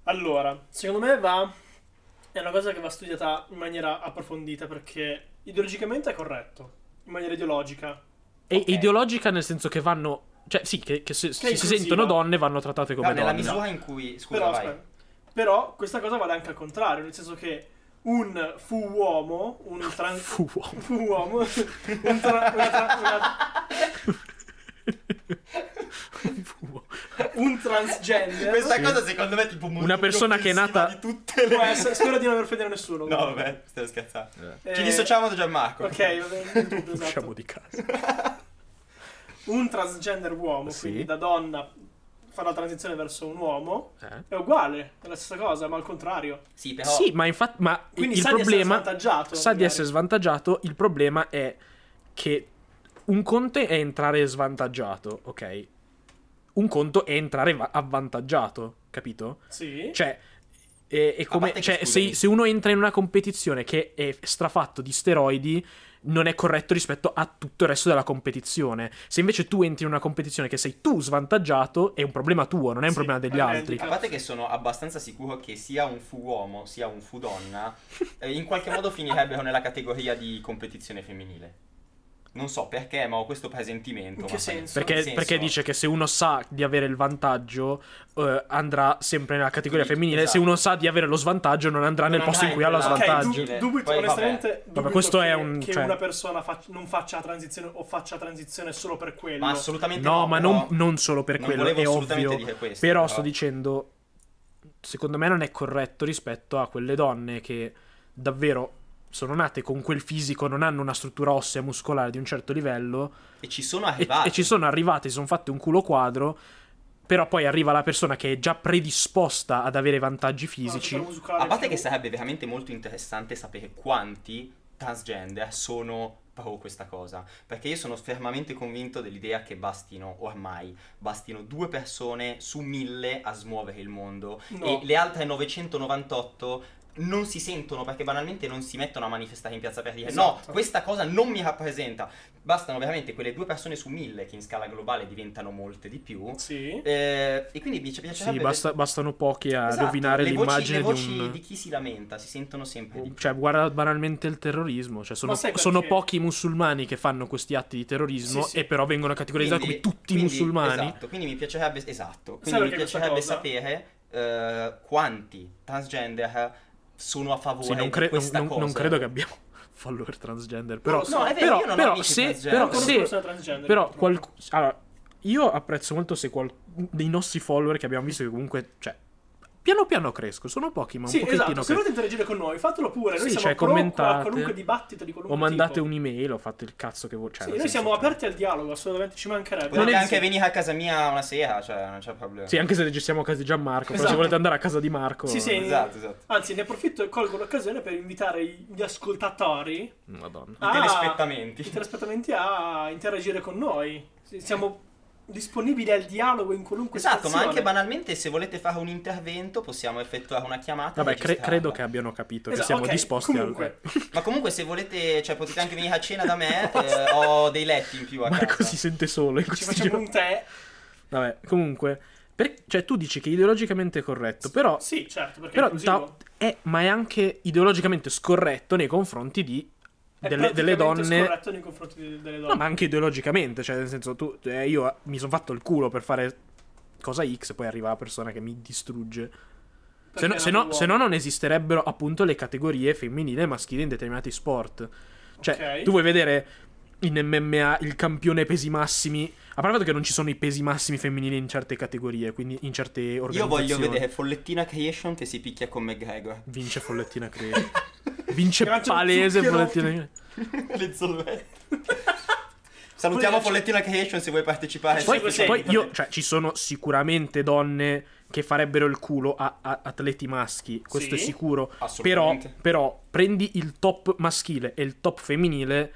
S1: Allora, secondo me va. È una cosa che va studiata in maniera approfondita perché ideologicamente è corretto, in maniera ideologica.
S3: E
S2: Ok.
S3: ideologica nel senso che vanno. Cioè, sì, che, che se, se si
S1: inclusiva.
S3: sentono donne vanno trattate come
S2: Però nella
S3: donne.
S2: misura in cui... Scusa,
S1: però,
S2: vai.
S1: aspetta. Però questa cosa vale anche al contrario, nel senso che un fu uomo,
S2: [LAUGHS]
S1: un trans...
S3: Fu uomo.
S1: fu uomo, un tra- una tra- una-
S3: Fu-
S1: un transgender...
S2: Questa
S3: Sì.
S2: cosa secondo me è tipo molto
S3: Una persona che è
S2: offensiva
S3: nata-
S2: di tutte le...
S1: Può essere- spero di non aver offendere nessuno.
S2: [LAUGHS] No, vabbè, stai scherzando.
S1: Eh,
S2: Ci dissociamo da Gianmarco.
S1: Ok, va bene, non tutto, esatto.
S3: Usciamo di casa.
S1: Un transgender uomo,
S3: Sì.
S1: quindi da donna fa la transizione verso un uomo, è
S3: Eh?
S1: uguale, è la stessa cosa, ma al contrario.
S2: [LAUGHS] Sì, però
S3: Sì, ma infatti. Ma
S1: Quindi
S3: il
S1: sa
S3: problema.
S1: di essere svantaggiato.
S3: sa di
S1: magari.
S3: essere svantaggiato. Il problema è che un conto è entrare svantaggiato, ok? Un conto è entrare va- avvantaggiato, capito?
S1: Sì.
S3: Cioè, è, è come,
S2: parte che,
S3: cioè,
S2: scusami.
S3: se, se uno entra in una competizione che è strafatto di steroidi, non è corretto rispetto a tutto il resto della competizione. Se invece tu entri in una competizione che sei tu svantaggiato, è un problema tuo, non è un
S1: Sì,
S3: problema degli
S1: è un
S3: altri.
S2: A parte che sono abbastanza sicuro che sia un fu uomo sia un fu donna,
S3: [LAUGHS]
S2: eh, in qualche modo finirebbero nella categoria di competizione femminile. Non so perché, ma ho questo presentimento.
S1: In che
S2: ma-
S1: senso?
S3: Perché,
S2: nel senso-
S3: perché dice che se uno sa di avere il vantaggio, eh, andrà sempre nella categoria
S2: Sì,
S3: femminile. Se
S2: esatto.
S3: uno sa di avere lo svantaggio, non andrà
S2: Non
S3: nel posto in cui ha
S2: andrà
S3: lo
S2: in
S1: Ok,
S2: quella-
S3: svantaggio.
S1: du-
S2: Vantaggio.
S1: dubito,
S2: Poi, vabbè.
S1: onestamente, dubito
S3: questo
S1: che,
S3: è un-
S1: che
S3: cioè-
S1: una persona fac- non faccia la transizione o faccia la transizione solo per quello.
S2: Ma assolutamente
S3: No, ma non,
S2: però
S3: non solo per
S2: non
S3: quello,
S2: volevo
S3: è
S2: assolutamente
S3: ovvio.
S2: dire questo.
S3: Però sto dicendo, secondo me non è corretto rispetto a quelle donne che davvero sono nate con quel fisico, non hanno una struttura ossea muscolare di un certo livello
S2: E ci sono
S3: e,
S2: arrivati.
S3: e ci sono arrivate, si sono fatte un culo quadro, però poi arriva la persona che è già predisposta ad avere vantaggi
S1: Una
S3: fisici.
S1: struttura muscolare
S2: A parte
S1: più-
S2: che sarebbe veramente molto interessante sapere quanti transgender sono pro questa cosa, perché io sono fermamente convinto dell'idea che bastino ormai, bastino due persone su mille a smuovere il mondo
S1: No.
S2: e le altre 998 non si sentono perché banalmente non si mettono a manifestare in piazza per dire
S1: Esatto.
S2: no, questa cosa non mi rappresenta. Bastano veramente quelle due persone su mille che in scala globale diventano molte di più.
S1: Sì.
S2: Eh, e quindi mi ci piacerebbe
S3: Sì,
S2: ved-
S3: basta- bastano pochi a
S2: Esatto,
S3: rovinare
S2: le voci,
S3: l'immagine
S2: le voci
S3: di un...
S2: chi si lamenta si sentono sempre di più.
S3: Cioè, guarda banalmente il terrorismo. Cioè, sono,
S1: Ma sai perché?
S3: sono pochi i musulmani che fanno questi atti di terrorismo
S1: Sì, sì.
S3: e però vengono categorizzati
S2: Quindi-
S3: come tutti i
S2: quindi-
S3: musulmani.
S2: Esatto, quindi mi piacerebbe, esatto,
S1: Sai
S2: quindi mi
S1: perché questa
S2: piacerebbe
S1: cosa?
S2: sapere eh, quanti transgender sono a favore
S3: Sì, non,
S2: di
S3: cre- non-
S2: questa
S3: non-
S2: cosa.
S3: non credo che abbiamo [LAUGHS] follower transgender. Però,
S1: lo so.
S2: No, è vero,
S3: però-
S2: io non ho
S3: però
S2: amici
S3: se-
S2: transgender.
S3: però
S1: Conosco
S3: se-
S1: persone transgender,
S3: però
S1: purtroppo.
S3: qual- allora, io apprezzo molto se qual- dei nostri follower che abbiamo visto che comunque, cioè, piano piano cresco. Sono pochi, ma
S1: Sì,
S3: un pochettino
S1: esatto, se
S3: crescono.
S1: volete interagire con noi, fatelo pure, noi
S3: Sì,
S1: siamo
S3: cioè,
S1: pro a
S3: commentate.
S1: qualunque dibattito di qualunque
S3: O mandate
S1: tipo.
S3: un'email, ho fatto il cazzo che vuoi. Cioè,
S1: Sì,
S3: nel
S1: noi
S3: senso-
S1: siamo aperti al dialogo, assolutamente ci mancherebbe.
S2: Potete
S3: non è-
S2: anche venire a casa mia una sera, cioè non c'è problema.
S3: Sì, anche se registriamo a casa di Gianmarco. Però se
S1: Esatto.
S3: volete andare a casa di Marco.
S1: Sì, sì.
S2: Esatto, esatto.
S1: Anzi, ne approfitto e colgo l'occasione per invitare i- gli ascoltatori,
S3: Madonna.
S2: I
S1: Ah. i
S2: telespettamenti.
S1: telespettamenti a interagire con noi. Sì, Siamo disponibili al dialogo in qualunque
S2: Esatto, ma
S1: situazione.
S2: anche banalmente se volete fare un intervento possiamo effettuare una
S1: Ah,
S2: chiamata. e
S3: Vabbè, cre-
S2: registrarla.
S3: credo che abbiano capito che
S1: Esatto,
S3: siamo
S1: ok,
S3: disposti
S1: comunque,
S3: al... [LAUGHS]
S2: Ma comunque se volete, cioè potete anche venire a cena da me, eh, ho dei letti in più a
S3: Marco
S2: casa.
S3: si sente solo in
S1: ci
S3: questi
S1: facciamo
S3: giorni.
S1: un tè.
S3: Vabbè, comunque, per- cioè tu dici che è ideologicamente corretto, però,
S1: Sì, certo, perché
S3: però eh,
S1: è inclusivo.
S3: da- è- ma è anche ideologicamente scorretto nei confronti di
S1: È
S3: delle, delle
S1: praticamente
S3: donne.
S1: scorretto nei confronti de- delle donne.
S3: No, ma anche ideologicamente, cioè, nel senso, tu, eh, io mi sono fatto il culo per fare cosa X, poi arriva la persona che mi distrugge.
S1: Perché
S3: Se no,
S1: è
S3: se
S1: nato
S3: no-
S1: uomo.
S3: se no non esisterebbero appunto le categorie femminile e maschile in determinati sport. Cioè,
S1: Ok.
S3: tu vuoi vedere in MMA il campione pesi massimi. A parte il fatto che non ci sono i pesi massimi femminili in certe categorie, quindi in certe
S2: Io
S3: organizzazioni.
S2: voglio vedere Follettina Creation che si picchia con
S1: [LAUGHS]
S2: McGregor.
S3: Vince
S2: [LAUGHS]
S3: Follettina Creation. Vince
S1: Grazie,
S3: palese
S1: Zucchero.
S3: Follettina Creation.
S2: Le zollette. Salutiamo Follettina Creation se vuoi partecipare.
S3: Poi,
S1: Sì, sì,
S3: poi
S1: sì.
S3: io, cioè, ci sono sicuramente donne che farebbero il culo a, a atleti maschi, questo
S1: Sì.
S3: è sicuro. Però,
S2: Assolutamente.
S3: però prendi il top maschile e il top femminile,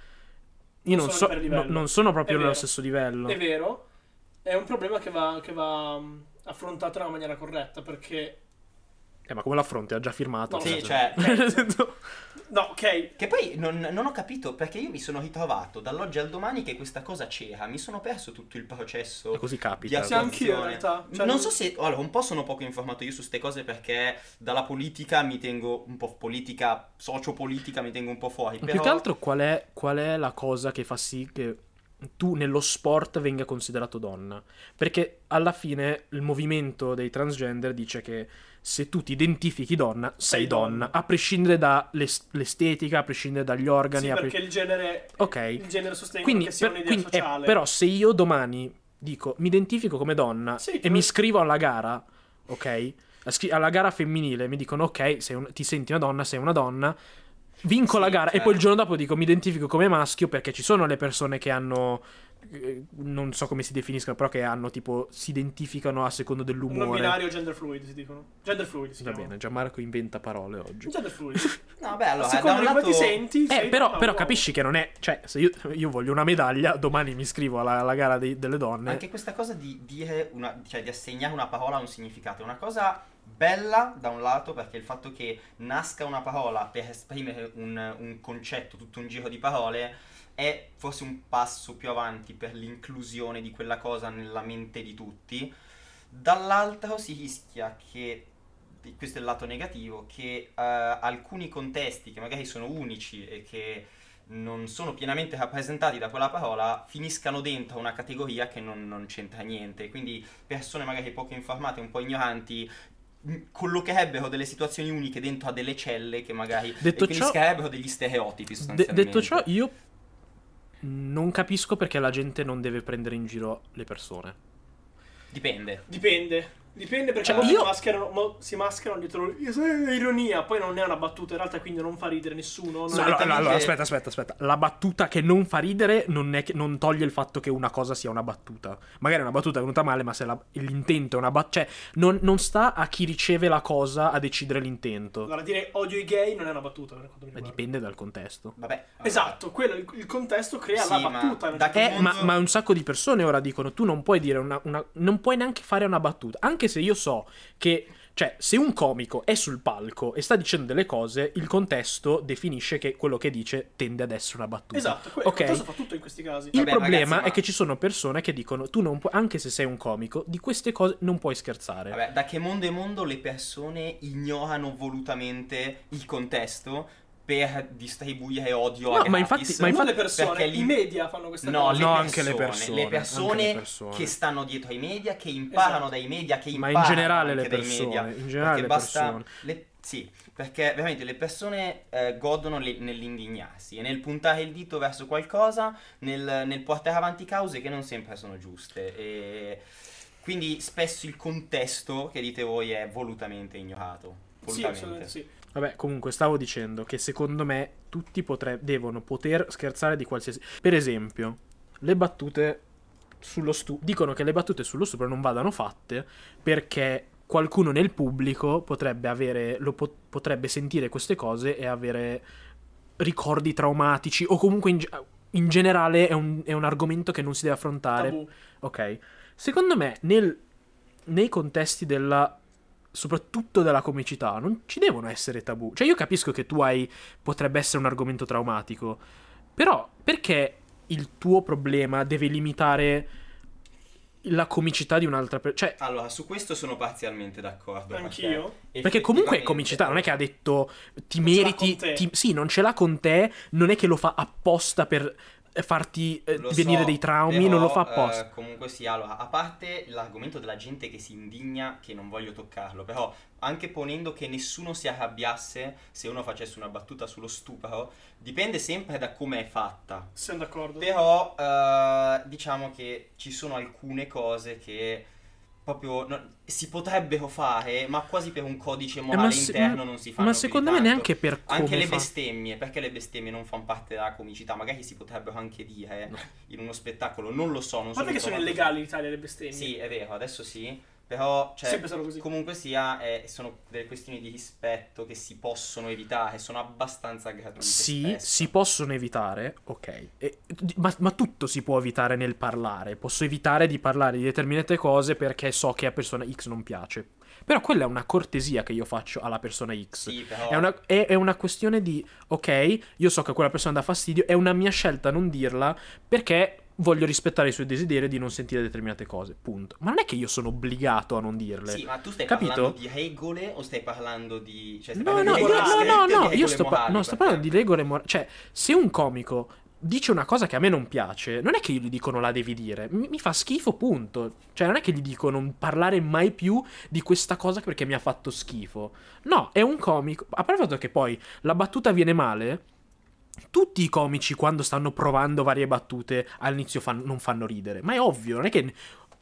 S3: io
S1: Non sono
S3: non, so-
S1: per livello.
S3: no- non sono
S1: È
S3: proprio
S1: vero.
S3: allo stesso livello.
S1: È vero, è un problema che va, che va mh, affrontato nella maniera corretta perché...
S3: Eh, ma come l'affronti? Ha già firmato.
S1: No,
S3: nel
S2: sì,
S3: senso.
S2: cioè,
S3: [LAUGHS] Nel
S1: certo.
S3: senso-
S1: No, ok,
S2: Che poi non, non ho capito perché io mi sono ritrovato dall'oggi al domani che questa cosa c'era, mi sono perso tutto il processo.
S3: Ma Cioè, così
S2: di
S3: capita. eh,
S1: Sì, anch'io, in
S2: attuazione.
S1: realtà. Cioè,
S2: non
S1: non-
S2: so se allora un po' sono poco informato io su queste cose perché dalla politica mi tengo un po' politica sociopolitica mi tengo un po' fuori,
S3: Ma
S2: però
S3: Più che altro qual è, qual è la cosa che fa sì che tu nello sport venga considerato donna? Perché alla fine il movimento dei transgender dice che se tu ti identifichi donna, sei
S1: Sei donna.
S3: donna, a prescindere dall'estetica, a prescindere dagli organi.
S1: sì,
S3: a pre-
S1: perché il genere,
S3: Ok,
S1: il genere sostiene
S3: quindi,
S1: che sia
S3: per-
S1: un'idea
S3: quindi- eh,
S1: sociale.
S3: però se io domani dico mi identifico come donna
S1: Sì,
S3: e
S1: come-
S3: mi iscrivo alla gara, ok? A scri- Alla gara femminile mi dicono ok, sei un- ti senti una donna, sei una donna. Vinco
S2: Sì,
S3: la
S1: cioè
S3: gara e
S2: certo.
S3: poi il giorno dopo dico mi identifico come maschio perché ci sono le persone che hanno eh, non so come si definiscono, però che hanno tipo si identificano a secondo
S1: Un non
S3: dell'umore.
S1: binario gender fluid si dicono. Gender fluid si
S3: Va
S1: chiama.
S3: bene, Gianmarco inventa parole oggi.
S1: Gender fluid.
S2: no, beh, allora
S1: a seconda
S2: da
S1: di
S2: un
S1: come
S2: lato
S1: ti senti...
S3: Eh,
S1: sei
S3: però,
S1: donna o
S3: però
S1: uomo.
S3: capisci che non è. Cioè, se io, io voglio una medaglia, domani mi iscrivo alla, alla gara dei- delle donne.
S2: anche questa cosa di dire una, cioè di assegnare una parola a un significato è una cosa bella da un lato perché il fatto che nasca una parola per esprimere un, un concetto, tutto un giro di parole è forse un passo più avanti per l'inclusione di quella cosa nella mente di tutti. Dall'altro si rischia che e questo è il lato negativo, che eh, alcuni contesti che magari sono unici e che non sono pienamente rappresentati da quella parola finiscano dentro una categoria che non, non c'entra niente. Quindi persone magari poco informate, un po' ignoranti, mh, collocherebbero delle situazioni uniche dentro a delle celle che magari
S3: Detto
S2: e quindi
S3: ciò-
S2: creerebbero degli stereotipi
S3: De-
S2: sostanzialmente.
S3: detto ciò, io non capisco perché la gente non deve prendere in giro le persone.
S2: Dipende.
S1: Dipende. Dipende perché
S2: Cioè,
S1: molti
S3: io-
S1: si, mascherano, mo- si mascherano dietro l'ironia, poi non è una battuta in realtà, quindi non fa ridere nessuno. non
S3: No,
S1: è-
S3: allora,
S2: direttamente-
S3: allora, aspetta, aspetta, aspetta. La battuta che non fa ridere non, è che- non toglie il fatto che una cosa sia una battuta. Magari una battuta è venuta male, ma se la- l'intento è una battuta. Cioè, non, non sta a chi riceve la cosa a decidere l'intento.
S1: Allora, dire odio i gay non è una battuta per quanto mi
S3: Ma
S1: riguarda.
S3: dipende dal contesto.
S2: Vabbè.
S1: Esatto, quello il, il contesto crea
S2: Sì,
S1: la
S2: ma
S1: battuta.
S2: da che-
S3: Eh, ma,
S2: mondo-
S3: ma un sacco di persone ora dicono: tu non puoi dire una, una- non puoi neanche fare una battuta. Anche se io so che. Cioè, se un comico è sul palco e sta dicendo delle cose, il contesto definisce che quello che dice tende ad essere una battuta.
S1: Esatto, quello
S3: Ok.
S1: il contesto fa tutto in questi casi. Cioè,
S3: Il
S2: Vabbè,
S3: problema
S2: ragazzi, ma-
S3: è che ci sono persone che dicono: tu non puoi, anche se sei un comico, di queste cose non puoi scherzare.
S2: Vabbè, da che mondo è mondo le persone ignorano volutamente il contesto per distribuire odio
S3: No,
S2: a
S3: ma
S2: gratis.
S3: infatti- ma
S1: Ma
S3: infatti-
S1: le persone,
S2: perché lì-
S1: i media fanno questa
S2: No,
S1: cosa.
S2: le
S3: No,
S2: persone,
S3: anche le persone,
S2: le persone
S3: anche le persone.
S2: che stanno dietro ai media, che imparano
S1: Esatto.
S2: dai media, che
S3: Ma
S2: imparano
S3: in generale le
S2: anche dai media.
S3: persone, in generale
S2: perché
S3: le
S2: basta
S3: persone.
S2: le- sì, perché veramente le persone eh, godono le- nell'indignarsi e nel puntare il dito verso qualcosa, nel, nel portare avanti cause che non sempre sono giuste. E quindi spesso il contesto che dite voi è volutamente ignorato.
S1: Sì,
S2: Volutamente.
S1: assolutamente sì.
S3: Vabbè, comunque stavo dicendo che secondo me tutti potre- devono poter scherzare di qualsiasi. Per esempio, le battute sullo stupro. Dicono che le battute sullo stupro non vadano fatte perché qualcuno nel pubblico potrebbe avere. Lo po- potrebbe sentire queste cose e avere ricordi traumatici. O comunque in, ge- in generale è un, è un argomento che non si deve affrontare.
S1: Tabù.
S3: Ok. Secondo me, nel- nei contesti della. soprattutto della comicità, non ci devono essere tabù. Cioè, io capisco che tu hai. potrebbe essere un argomento traumatico. Però, perché il tuo problema deve limitare la comicità di un'altra persona. Cioè,
S2: Allora, su questo sono parzialmente d'accordo.
S1: Anch'io.
S3: perché comunque è comicità, non è che ha detto ti
S1: ce l'ha con
S3: meriti.
S1: te."
S3: ti- sì, non ce l'ha con te, non è che lo fa apposta per eh, farti eh,
S2: Lo
S3: venire
S2: so,
S3: dei traumi,
S2: però,
S3: non lo fa apposta.
S2: eh, comunque sì, allora, a parte l'argomento della gente che si indigna che non voglio toccarlo, però anche ponendo che nessuno si arrabbiasse se uno facesse una battuta sullo stupro, dipende sempre da come è fatta.
S1: Siamo d'accordo.
S2: Però eh, diciamo che ci sono alcune cose che proprio non- si potrebbero fare, ma quasi per un codice
S3: Eh,
S2: morale
S3: se-
S2: interno non si fanno
S3: ma
S2: più di
S3: secondo me
S2: tanto.
S3: neanche per come
S2: Anche le
S3: fa.
S2: bestemmie, perché le bestemmie non fanno parte della comicità, magari si potrebbero anche dire
S3: No.
S2: in uno spettacolo, non lo so, non
S1: A
S2: so.
S1: parte che sono illegali in Italia le bestemmie.
S2: Sì, è vero, adesso sì, però cioè,
S1: Sempre sono così.
S2: comunque sia, eh, sono delle questioni di rispetto che si possono evitare, sono abbastanza gratuite.
S3: Sì,
S2: spesso.
S3: si possono evitare, ok, E- di- ma, ma tutto si può evitare nel parlare. Posso evitare di parlare di determinate cose perché so che a persona X non piace. Però quella è una cortesia che io faccio alla persona X.
S2: Sì, però...
S3: È una, è- è una questione di, ok, io so che a quella persona dà fastidio, è una mia scelta non dirla perché voglio rispettare i suoi desideri di non sentire determinate cose, punto. Ma non è che io sono obbligato a non dirle.
S2: Sì, ma tu stai
S3: Capito?
S2: parlando di regole o stai parlando di... Cioè, stai
S3: No,
S2: parlando
S3: no,
S2: di
S3: io,
S1: regole
S2: morali,
S3: no, no,
S2: scritte, di
S3: no, io
S2: regole
S3: sto, par-
S2: morali,
S3: no, sto parlando di
S2: perché-
S3: regole morali. Cioè, se un comico dice una cosa che a me non piace, non è che io gli dico non la devi dire, mi, mi fa schifo, punto. Cioè, non è che gli dico non parlare mai più di questa cosa perché mi ha fatto schifo. No, è un comico. A parte il fatto che poi la battuta viene male. Tutti i comici quando stanno provando varie battute all'inizio fan- non fanno ridere, ma è ovvio, non è che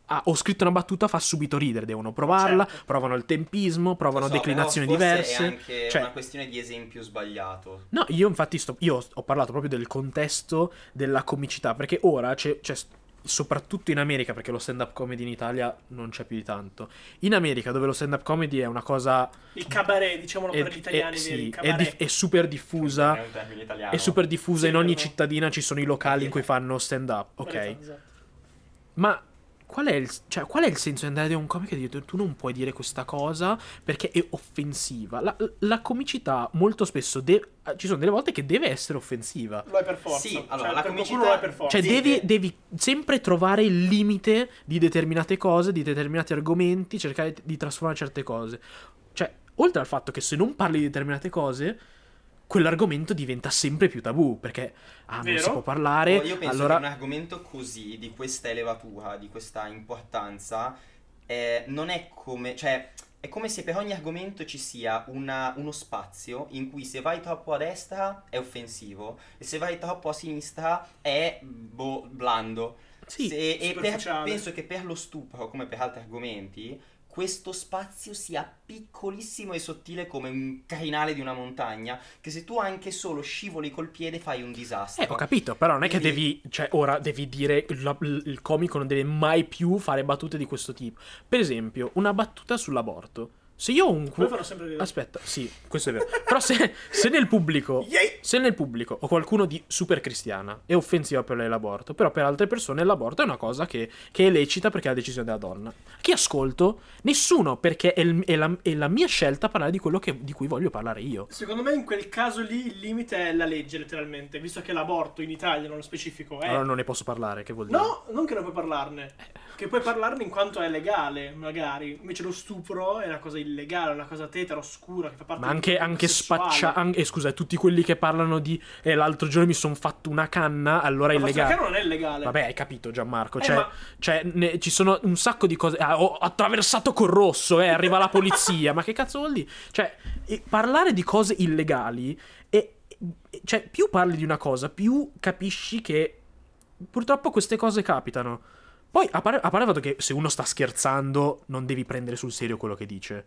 S3: ah, ho scritto una battuta fa subito ridere, devono provarla,
S1: Certo.
S3: provano il tempismo,
S2: Lo
S3: provano
S2: so,
S3: declinazioni
S2: però forse
S3: diverse.
S2: È anche
S3: cioè-
S2: una questione di esempio sbagliato.
S3: No, io infatti sto, io ho parlato proprio del contesto della comicità, perché ora c'è, c'è- soprattutto in America, perché lo stand-up comedy in Italia non c'è più di tanto. In America, dove lo stand-up comedy è una cosa...
S1: Il cabaret, diciamolo
S3: è,
S1: per gli italiani,
S3: è-
S1: veri,
S3: sì,
S1: il
S3: è,
S1: cabaret.
S3: dif- è super diffusa,
S2: Non è un termine italiano.
S3: è super diffusa,
S1: Sì, Esatto.
S3: in ogni
S1: però-
S3: cittadina ci sono i locali in cui fanno stand-up, ok?
S1: Esatto, esatto.
S3: Ma qual è il, cioè, qual è il senso di andare da un comico e dire tu non puoi dire questa cosa perché è offensiva? La, la comicità molto spesso de- ci sono delle volte che deve essere offensiva.
S1: Lo è per forza. Cioè,
S2: Sì, allora, la
S1: per qualcuno
S2: comicità-
S1: lo è per forza.
S3: Cioè,
S2: Sì,
S3: devi,
S2: che-
S3: devi sempre trovare il limite di determinate cose, di determinati argomenti, cercare di trasformare certe cose. Cioè, oltre al fatto che se non parli di determinate cose, quell'argomento diventa sempre più tabù, perché ah, non
S1: Vero.
S3: si può
S2: Oh,
S3: parlare,
S2: io penso che un
S3: allora...
S2: argomento così, di questa elevatura, di questa importanza, eh, non è come... Cioè, è come se per ogni argomento ci sia una- uno spazio in cui se vai troppo a destra è offensivo e se vai troppo a sinistra è boh, blando.
S3: Sì,
S2: Se- e per-
S1: superficiale.
S2: penso che per lo stupro, come per altri argomenti, questo spazio sia piccolissimo e sottile come un crinale di una montagna, che se tu anche solo scivoli col piede fai un disastro.
S3: Eh, ho capito, però non è che
S2: Quindi-
S3: devi, cioè, ora devi dire, la- il il comico non deve mai più fare battute di questo tipo. Per esempio, una battuta sull'aborto. Se io ho un...
S1: Lo fanno sempre vedere.
S3: Aspetta, sì, questo è vero. Però se, se
S2: [LAUGHS]
S3: nel pubblico...
S1: Yay!
S3: Se nel pubblico ho qualcuno di super cristiana, è offensiva per lei l'aborto, però per altre persone l'aborto è una cosa che, che è lecita perché è la decisione della donna. Chi ascolto? Nessuno, perché è, il- è la, è la mia scelta parlare di quello che- di cui voglio parlare io.
S1: Secondo me in quel caso lì il limite è la legge, letteralmente, visto che l'aborto in Italia, nello specifico, è...
S3: Allora non ne posso parlare, che vuol dire?
S1: No, non che non puoi parlarne. Che puoi parlarne in quanto è legale, magari. Invece lo stupro è una cosa illegale, una cosa tetera, oscura, che fa parte
S3: Ma anche,
S1: del-
S3: anche
S1: sessuale.
S3: spaccia. ah, anche- scusa, tutti quelli che parlano di. Eh, l'altro giorno mi sono fatto una canna, allora è
S1: Ma
S3: illegale.
S1: perché non è legale?
S3: Vabbè, hai capito, Gianmarco.
S1: Eh,
S3: Cioè,
S1: ma-
S3: cioè, ne- ci sono un sacco di cose. Ah, ho attraversato col rosso, eh, arriva la polizia. ma che cazzo vuol dire? Cioè, e- parlare di cose illegali. E, e- cioè, più parli di una cosa, più capisci che purtroppo queste cose capitano. Poi, a parte a parte il fatto che se uno sta scherzando, non devi prendere sul serio quello che dice.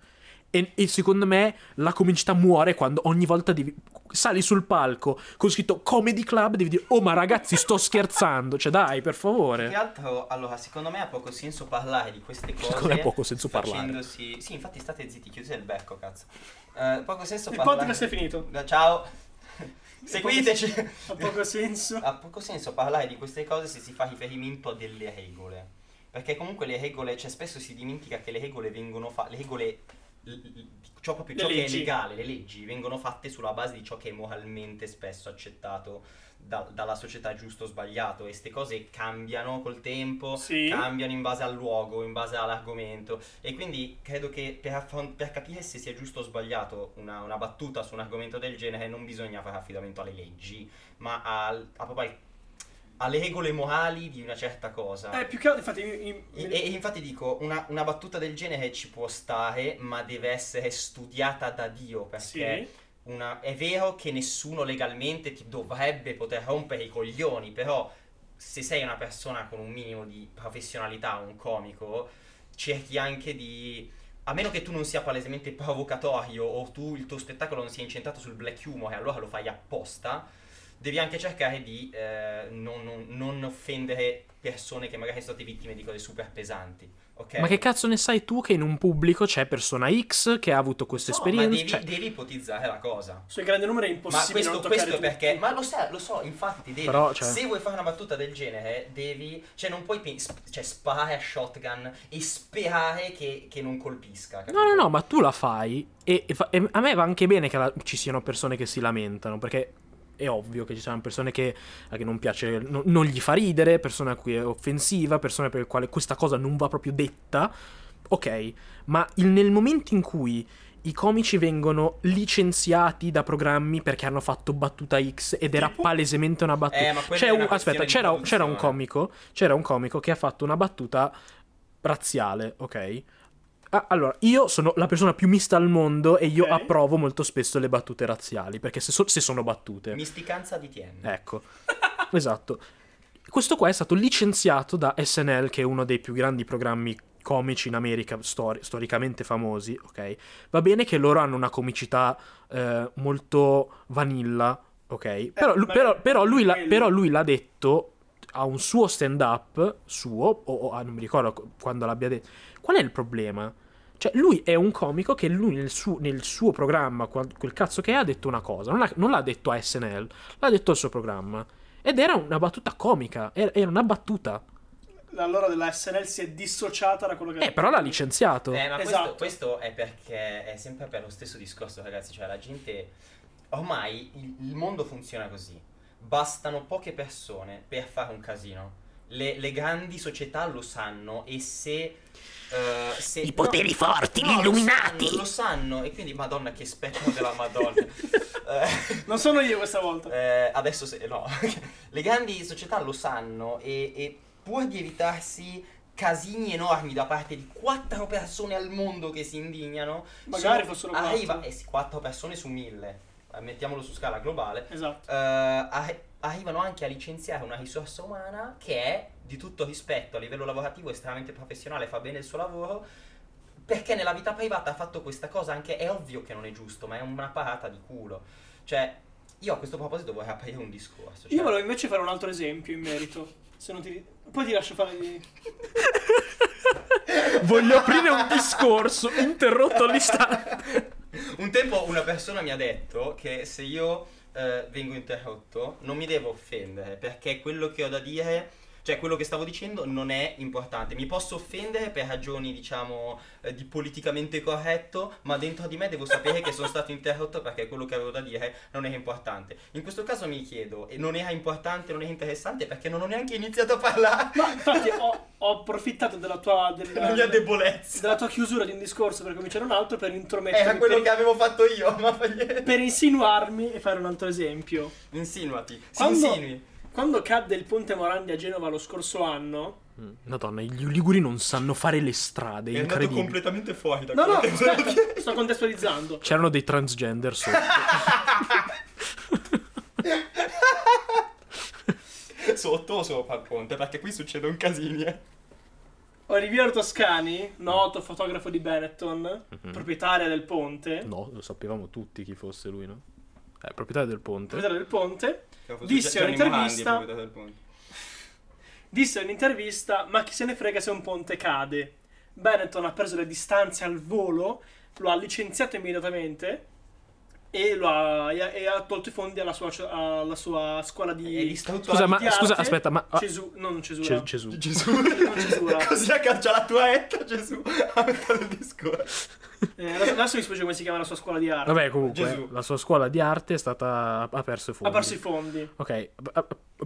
S3: E, e secondo me la comicità muore quando ogni volta devi. Sali sul palco con scritto Comedy Club, devi dire: Oh, ma ragazzi, sto scherzando. Cioè, dai, per
S2: Più che
S3: favore.
S2: altro, allora, secondo me ha poco senso parlare di queste cose.
S3: [LAUGHS] Secondo me ha poco senso parlare.
S2: facendosi- Sì, infatti state zitti, chiudete il becco, cazzo. Eh, poco senso
S1: Il
S2: parlare.
S1: podcast è finito.
S2: No, Ciao. Seguiteci.
S1: Ha poco
S2: [LAUGHS]
S1: senso.
S2: ha poco Ah, senso parlare di queste cose se si fa riferimento a delle regole. Perché comunque le regole, cioè spesso si dimentica che le regole vengono fatte, le regole l- l- ciò, proprio,
S1: Le
S2: ciò che è
S1: leggi.
S2: legale, le leggi vengono fatte sulla base di ciò che è moralmente spesso accettato da- dalla società giusto o sbagliato e queste cose cambiano col tempo,
S1: Sì.
S2: cambiano in base al luogo, in base all'argomento e quindi credo che per, affron- per capire se sia giusto o sbagliato una, una battuta su un argomento del genere non bisogna fare affidamento alle leggi, ma al- a proprio alle regole morali di una certa cosa.
S1: Eh, più che altro, infatti, io- io-
S2: E, e infatti dico, una, una battuta del genere ci può stare, ma deve essere studiata da Dio, perché
S1: Sì.
S2: una- è vero che nessuno legalmente ti dovrebbe poter rompere i coglioni, però se sei una persona con un minimo di professionalità, un comico, cerchi anche di... A meno che tu non sia palesemente provocatorio o tu il tuo spettacolo non sia incentrato sul black humor e allora lo fai apposta, devi anche cercare di eh, non, non- non offendere persone che magari sono state vittime di cose super pesanti. Ok?
S3: Ma che cazzo ne sai tu che in un pubblico c'è persona X che ha avuto questa
S2: No,
S3: esperienza?
S2: Ma devi,
S3: Cioè,
S2: devi ipotizzare la cosa.
S1: Sui grandi numeri è
S2: Ma
S1: impossibile
S2: questo,
S1: non toccare
S2: questo è
S1: tutti.
S2: perché. Ma lo, sa- lo so, infatti, devi-
S3: Però, cioè-
S2: se vuoi fare una battuta del genere, devi. Cioè, non puoi pe- sp- cioè, sparare a shotgun e sperare che, che non colpisca.
S3: No, no, no, ma tu la fai e, e fa- e a me va anche bene che la- ci siano persone che si lamentano, perché è ovvio che ci saranno persone che, a che non piace, no- non gli fa ridere, persone a cui è offensiva, persone per le quali questa cosa non va proprio detta. Ok, ma il- nel momento in cui i comici vengono licenziati da programmi perché hanno fatto battuta X ed era
S1: Tipo?
S3: palesemente una battuta...
S2: Eh, ma quella
S3: C'è
S2: è una
S3: un- aspetta,
S2: questione di
S3: c'era, c'era un
S2: produzione.
S3: comico, c'era un comico che ha fatto una battuta razziale, ok? Ah, allora, io sono la persona più mista al mondo e io
S1: Ok.
S3: approvo molto spesso le battute razziali, perché se, so- se sono battute...
S2: Misticanza di TN.
S3: Ecco, esatto. Questo qua è stato licenziato da SNL, che è uno dei più grandi programmi comici in America, stori- storicamente famosi, ok? Va bene che loro hanno una comicità eh, molto vanilla, ok? Però, lu-
S1: Eh, ma-
S3: però- però lui l'ha,
S1: quello-
S3: però lui l'ha detto a un suo stand-up, suo, o, o- ah, non mi ricordo qu- quando l'abbia detto. Qual è il problema? Cioè, lui è un comico che lui nel suo, nel suo programma, qua- quel cazzo che è, ha detto una cosa. Non, l'ha- non l'ha detto a SNL, l'ha detto al suo programma. Ed era una battuta comica, era, era una battuta.
S1: Allora della SNL si è dissociata da quello che...
S3: Eh, però l'ha licenziato.
S2: Eh, ma questo-
S1: Esatto.
S2: questo, è perché è sempre per lo stesso discorso, ragazzi. Cioè, la gente. Ormai il, il mondo funziona così. Bastano poche persone per fare un casino. Le, le grandi società lo sanno e se. eh, se-
S4: I poteri forti, gli
S2: lo
S4: illuminati.
S2: sanno, Lo sanno, e quindi, madonna, che spettro della madonna. Eh,
S1: Non sono io questa volta.
S2: eh, adesso se, no, [LAUGHS] le grandi società lo sanno e, e pur di evitarsi casini enormi da parte di quattro persone al mondo che si indignano,
S1: Magari
S2: sono-
S1: fossero
S2: arriva,
S1: quattro.
S2: eh sì, quattro persone su mille, eh, mettiamolo su scala globale,
S1: Esatto.
S2: eh, arri- arrivano anche a licenziare una risorsa umana che è di tutto rispetto a livello lavorativo, estremamente professionale, fa bene il suo lavoro. Perché nella vita privata ha fatto questa cosa anche è ovvio che non è giusto, ma è una parata di culo. Cioè, io a questo proposito vorrei aprire un discorso. cioè-
S1: Io volevo invece fare un altro esempio in merito. Se non ti... Poi ti lascio fare... gli-
S3: Voglio aprire un discorso interrotto all'istante.
S2: Un tempo una persona mi ha detto che se io eh, vengo interrotto non mi devo offendere perché quello che ho da dire, cioè quello che stavo dicendo non è importante. Mi posso offendere per ragioni, diciamo, eh, di politicamente corretto, ma dentro di me devo sapere che sono stato interrotto perché quello che avevo da dire non era importante. In questo caso mi chiedo, e non era importante, non era interessante perché non ho neanche iniziato a parlare [LAUGHS]
S1: Ma infatti ho, ho approfittato della tua... Della,
S2: della mia debolezza.
S1: della tua chiusura di un discorso per cominciare un altro per
S2: Era
S1: intromettermi
S2: quello
S1: per,
S2: che avevo fatto io, [LAUGHS] ma fa niente.
S1: per insinuarmi e fare un altro esempio.
S2: Insinuati, si
S1: Quando-
S2: insinui.
S1: Quando cadde il ponte Morandi a Genova lo scorso anno,
S3: Mm, Madonna, gli liguri non sanno fare le strade,
S2: È andato
S3: incredibile.
S2: completamente fuori da
S1: No, no,
S2: [LAUGHS] quello che
S1: aspetta, sto contestualizzando.
S3: C'erano dei transgender sotto.
S2: [LAUGHS]
S3: [LAUGHS]
S2: sotto o sopra il ponte, perché qui succede un casino. eh.
S1: Oliviero Toscani, noto fotografo di Benetton,
S2: Mhm.
S1: proprietaria del ponte,
S3: No, lo sapevamo tutti chi fosse lui, no? Eh, proprietario del ponte.
S1: proprietaria del ponte, Disse in un'intervista- disse in un'intervista: Ma chi se ne frega se un ponte cade? Benetton ha preso le distanze al volo, lo ha licenziato immediatamente. e, lo ha, e ha- e ha tolto i fondi alla sua, alla sua scuola di...
S2: E gli sta tutto
S3: Eh, Scusa,
S2: la-
S3: ma-
S1: di arte.
S3: aspetta, ma- ah.
S1: Cesù, non Cesura.
S3: C'è
S2: [LAUGHS]
S3: Gesù.
S2: Gesù.
S1: Non cesura.
S2: Così accaccia la tua etta, Gesù. [LAUGHS] Ha metà il discorso.
S1: Eh, adesso adesso mi spiace come si chiama la sua scuola di arte.
S3: Vabbè, comunque,
S2: Gesù.
S3: la sua scuola di arte è stata. ha perso i
S1: Ha
S3: fondi.
S1: perso i fondi.
S3: Ok, p-